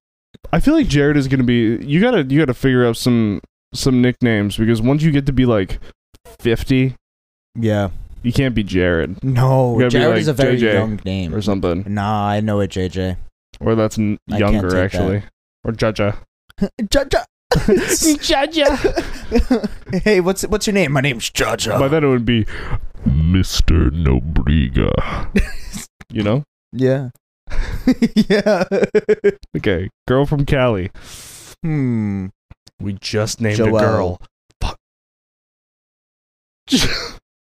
S1: I feel like Jared is gonna be. You gotta you gotta figure out some some nicknames because once you get to be like fifty,
S2: Yeah.
S1: you can't be Jared You
S2: No,
S1: gotta be
S2: Jared
S1: like
S2: is a very
S1: JJ
S2: young name.
S1: or something,
S2: Nah, I know it, JJ.
S1: or that's n-
S2: I can't
S1: younger
S2: take
S1: actually, or Jaja.
S2: Jaja. Jaja. hey, what's what's your name? My name's Jaja.
S1: By then it would be Mister Nobriga. you know,
S2: yeah.
S3: yeah.
S1: okay, girl from Cali.
S2: Hmm.
S1: We just named
S2: Joelle.
S1: a girl,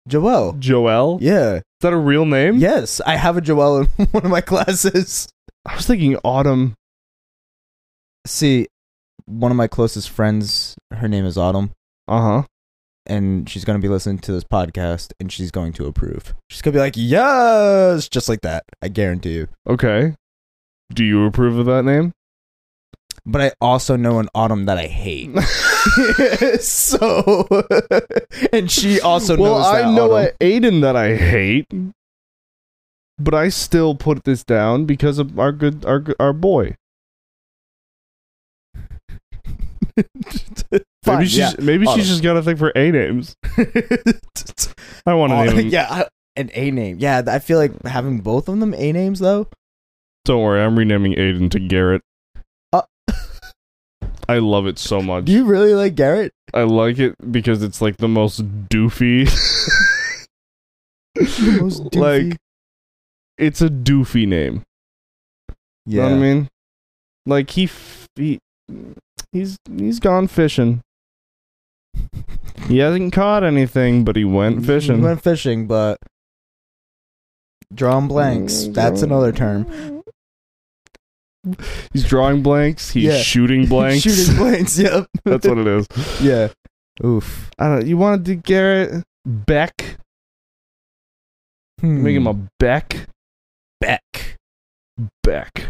S3: Joel.
S1: Joelle. Is
S3: Yeah.
S1: that a real name?
S3: Yes, I have a Joel in one of my classes.
S1: I was thinking Autumn.
S2: See, one of my closest friends, her name is Autumn,
S1: Uh huh.
S2: and she's gonna be listening to this podcast, and she's going to approve. She's gonna be like, "Yes," just like that. I guarantee you.
S1: Okay. Do you approve of that name?
S2: But I also know an Autumn that I hate.
S3: so,
S2: and she also
S1: well,
S2: knows that
S1: I know
S2: Autumn.
S1: a Aiden that I hate, but I still put this down because of our good our good- our boy.
S3: Fine,
S1: maybe she's
S3: yeah,
S1: maybe
S3: Autumn.
S1: she's just got a thing for A names. I want to
S2: Autumn-
S1: name. him-
S2: yeah, I- an A name. Yeah, th- I feel like having both of them A names though.
S1: Don't worry, I'm renaming Aiden to Garrett.
S3: Uh.
S1: I love it so much.
S3: do you really like Garrett?
S1: I like it because it's like the most doofy.
S3: most doofy.
S1: Like, it's a doofy name. You
S2: Yeah,
S1: know what I mean? Like he, f- he he's he's gone fishing. He hasn't caught anything, but he went fishing.
S2: We went fishing, but
S1: Mm,
S2: drawing blanks. That's another term.
S1: He's drawing blanks. He's
S3: Yeah.
S1: shooting blanks.
S3: Shooting blanks. Yep.
S1: That's what it is.
S3: yeah. Oof.
S1: I don't. You wanted to Garrett Beck? Make him
S2: Hmm.
S1: a Beck.
S2: Beck.
S1: Beck.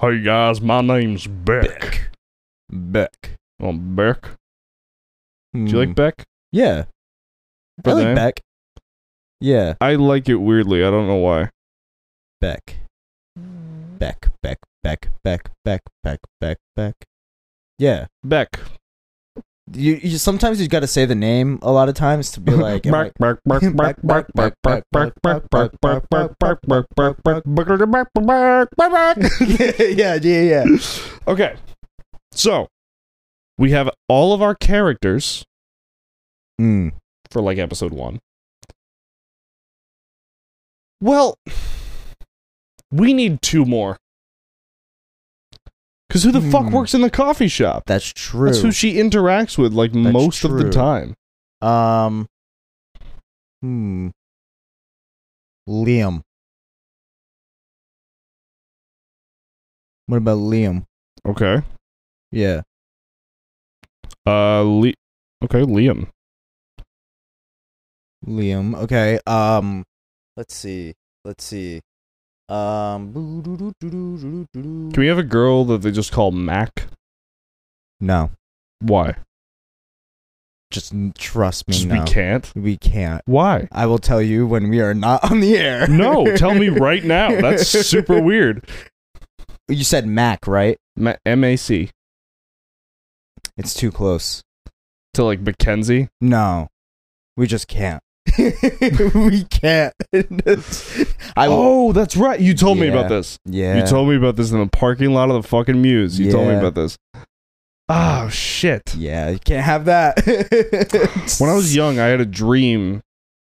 S1: Hey guys, my name's Beck.
S2: Beck.
S1: I'm Beck. Do you like Beck?
S2: Hmm. Yeah, I
S1: For the
S2: like
S1: name?
S2: Beck. Yeah,
S1: I like it weirdly. I don't know why.
S2: Beck. Beck. Beck. Beck. Beck. Beck. Beck. Beck. Beck. Yeah.
S1: Beck.
S2: You, you sometimes you got to say the name a lot of times to be like, am I-
S3: yeah. Yeah. Yeah.
S1: okay so we have all of our characters
S2: Mm.
S1: for like episode one well we need two more because who the fuck
S2: Hmm.
S1: works in the coffee shop
S2: That's true.
S1: that's who she interacts with like most of the
S2: true.
S1: time
S2: um. Hmm. Liam. What about Liam?
S1: okay
S2: Yeah.
S1: uh Le- okay liam
S2: Liam. Okay. Um let's see. Let's see. Um
S1: can we have a girl that they just call mac
S2: No.
S1: why
S2: Just n- trust me.
S1: Just
S2: no.
S1: we can't.
S2: We can't.
S1: Why?
S2: I will tell you when we are not on the air.
S1: No, tell me right now. That's super weird.
S2: You said Mac, right?
S1: Ma- MAC
S2: It's too close.
S1: to like Mackenzie.
S2: No. We just can't.
S3: we can't.
S2: I will
S1: oh, that's right. You told me about
S2: Yeah.
S1: this.
S2: Yeah.
S1: You told me about this in the parking lot of the fucking Muse. You told me
S2: Yeah.
S1: about this. Oh shit.
S2: yeah, you can't have that.
S1: When I was young, I had a dream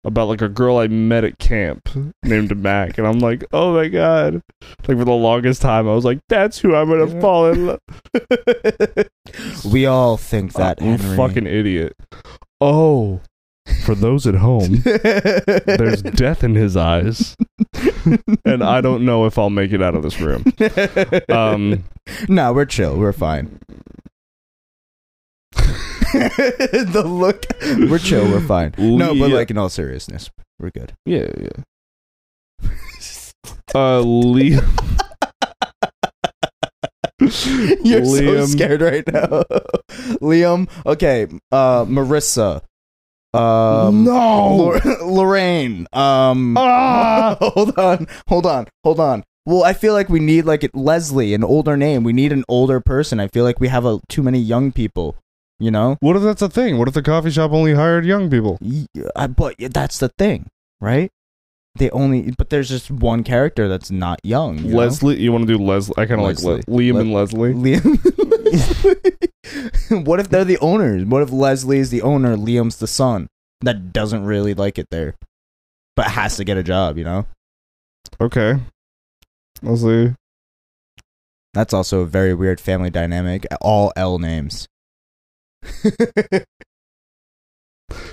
S1: about like a girl I met at camp named Mac, and I'm like, oh my god. Like for the longest time, I was like, that's who I'm gonna fall in love.
S2: we all think that
S1: I'm a
S2: Henry.
S1: Uh, fucking idiot. Oh, for those at home. There's death in his eyes, and I don't know if I'll make it out of this room. Um,
S2: No, we're chill. We're fine.
S3: the look.
S2: We're chill. We're fine. No, but
S1: Lea-
S2: like in all seriousness, we're good.
S1: yeah, yeah. Uh, Liam,
S3: You're so
S1: Liam.
S3: scared right now.
S2: Liam. Okay. Uh, Marissa. Um,
S1: no,
S2: Lor- Lorraine. Um,
S1: ah,
S2: hold on. Hold on. Hold on. Well, I feel like we need like it- Leslie, an older name. We need an older person. I feel like we have a, too many young people. You know,
S1: What if that's a thing? What if the coffee shop only hired young people?
S2: Y- I- but that's the thing, right? They only, but there's just one character that's not young. you know?
S1: Leslie, you want to do Leslie? I kind of like Le-
S2: Leslie.
S1: Liam
S2: Le-
S1: and Leslie.
S2: Liam. what if they're the owners? What if Leslie is the owner, Liam's the son that doesn't really like it there, but has to get a job? You know,
S1: Okay. Leslie.
S2: that's also a very weird family dynamic. All L names.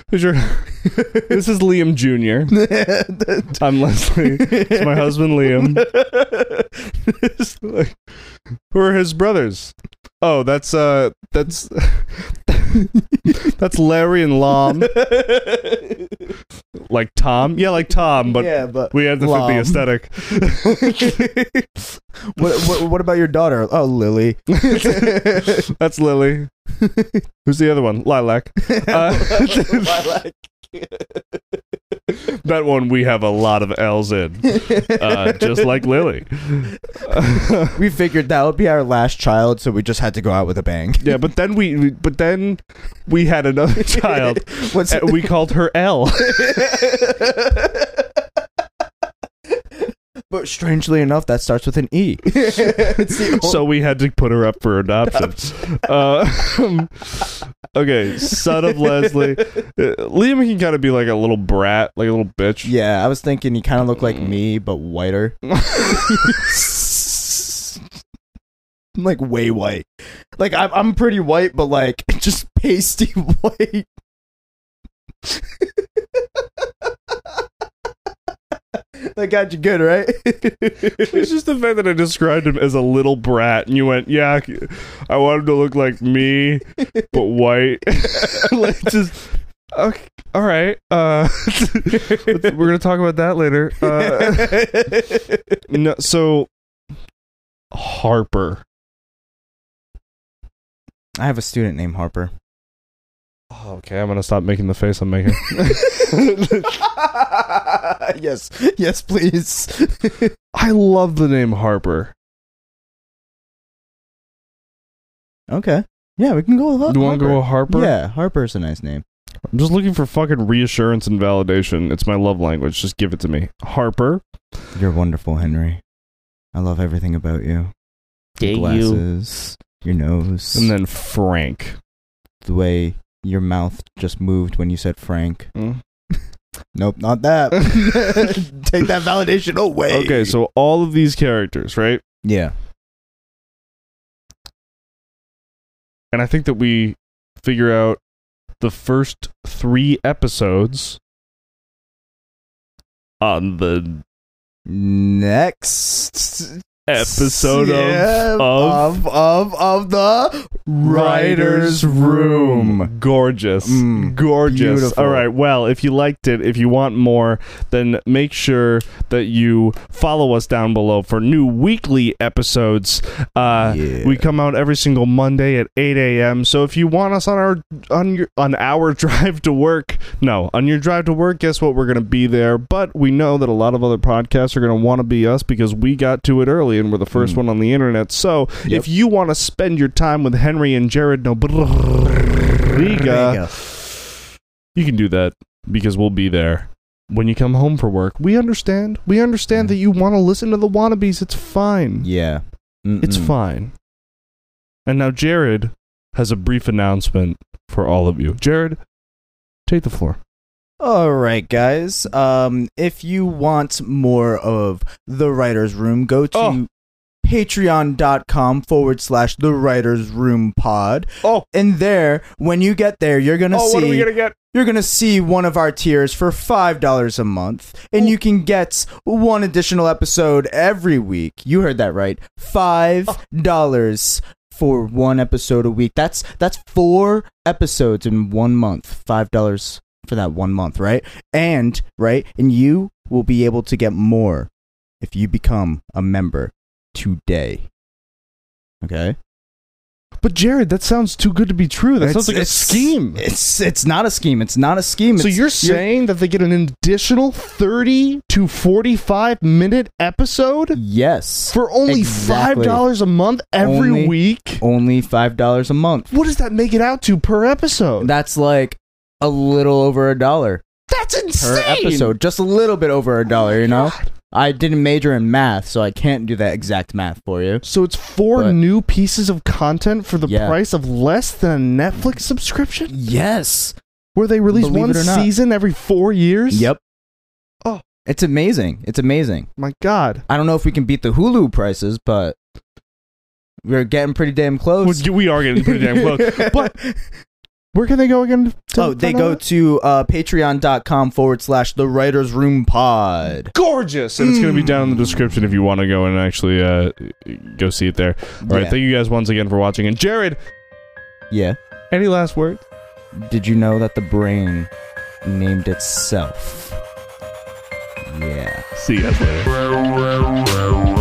S1: Who's your? this is Liam Jr.
S3: it's
S1: I'm Leslie. It's my husband Liam. It's like, who are his brothers? Oh, that's uh, that's that's Larry and Lom. Like Tom, yeah, like Tom, Um, but
S3: yeah, but
S1: we had to fit the
S2: Lom.
S1: aesthetic.
S2: What, what, what about your daughter? Oh, Lily.
S1: That's Lily. Who's the other one? Lilac. Uh, that one we have a lot of L's in, uh, just like Lily.
S2: we figured that would be our last child, so we just had to go out with a bang.
S1: yeah, but then we, but then we had another child.
S2: What's
S1: and we called her L.
S2: But strangely enough, that starts with an E.
S1: so we had to put her up for adoption. uh, okay, son of Leslie. Uh, Liam can kind of be like a little brat, like a little bitch.
S2: Yeah, I was thinking you kind of look like me, but whiter. I'm like way white. Like I'm, I'm pretty white, but like just pasty white. that got you good, right?
S1: It's just the fact that I described him as a little brat, and you went, "Yeah, I want him to look like me, but white." like just okay, all right. Uh, we're gonna talk about that later. Uh, no, so Harper.
S2: I have a student named Harper.
S1: Oh, okay, I'm gonna stop making the face I'm making.
S2: yes, yes, please.
S1: I love the name Harper.
S2: okay, yeah, we can go with Har-
S1: Do you want to go with Harper?
S2: Yeah, Harper's a nice name.
S1: I'm just looking for fucking reassurance and validation. It's my love language. Just give it to me. Harper.
S2: You're wonderful, Henry. I love everything about you. Your glasses, your nose,
S1: And then Frank.
S2: the way your mouth just moved when you said Frank.
S1: Mm.
S2: Nope, not that. Take that validation away.
S1: Okay, so all of these characters, right?
S2: Yeah.
S1: And I think that we figure out the first three episodes on the
S2: Next
S1: episode
S2: Yeah,
S1: of, of
S2: of of of the
S1: Writer's Room. Gorgeous.
S2: Mm,
S1: Gorgeous.
S2: beautiful.
S1: All right. Well, if you liked it, if you want more, then make sure that you follow us down below for new weekly episodes. Uh,
S2: Yeah.
S1: We come out every single Monday at 8 a.m. So if you want us on our on your on our drive to work, no, on your drive to work, guess what? We're gonna be there. But we know that a lot of other podcasts are gonna want to be us because we got to it early and we're the first
S2: Mm.
S1: one on the internet. So
S2: Yep.
S1: if you want to spend your time with Henry and Jared Nobrega, you can do that because we'll be there when you come home for work. We understand. We understand
S2: Yeah.
S1: that you want to listen to the wannabes. It's fine.
S2: Yeah.
S1: It's
S2: Mm-mm.
S1: fine. And now Jared has a brief announcement for all of you. Jared, take the floor.
S2: All right, guys. Um, if you want more of the writer's room, go to
S1: Oh.
S2: patreon.com forward slash the writer's room pod.
S1: Oh.
S2: And there, when you get there, you're going to see.
S1: get?
S2: You're going to see one of our tiers for $5 a month, and you can get one additional episode every week. You heard that right. $5 for one episode a week. That's that's 4 episodes in 1 month. $5 for that 1 month, right? And, right? And you will be able to get more if you become a member today. Okay?
S1: But Jared, that sounds too good to be true. That
S2: It's-
S1: sounds like a
S2: it's-
S1: scheme.
S2: It's it's not a scheme. It's not a scheme.
S1: So
S2: It's-
S1: you're saying that they get an additional 30 to 45 minute episode
S2: yes
S1: for only
S2: Exactly.
S1: $5 a month every
S2: Only-
S1: week?
S2: only five dollars a month.
S1: What does that make it out to per episode?
S2: That's like a little over a dollar
S1: That's
S2: per
S1: insane.
S2: episode. Just a little bit over a dollar. You know. I didn't major in math, so I can't do that exact math for you.
S1: So it's four
S2: But-
S1: new pieces of content for the
S2: Yeah.
S1: price of less than a Netflix subscription,
S2: Yes.
S1: where they release
S2: Believe
S1: one
S2: it or not.
S1: season every four years.
S2: Yep.
S1: Oh.
S2: It's amazing. It's amazing.
S1: My God.
S2: I don't know if we can beat the Hulu prices, but we're getting pretty damn close.
S1: we are getting pretty damn close. But where can they go again? to
S2: oh, they
S1: find
S2: go
S1: out?
S2: to uh, patreon.com forward slash the writer's room pod.
S1: gorgeous, and it's going to be down in the description if you want to go and actually uh, go see it there. All right,
S2: Yeah.
S1: thank you guys once again for watching. And Jared,
S2: yeah.
S1: any last words?
S2: Did you know that the brain named itself? Yeah.
S1: See you guys later.
S4: Wow, wow, wow, wow.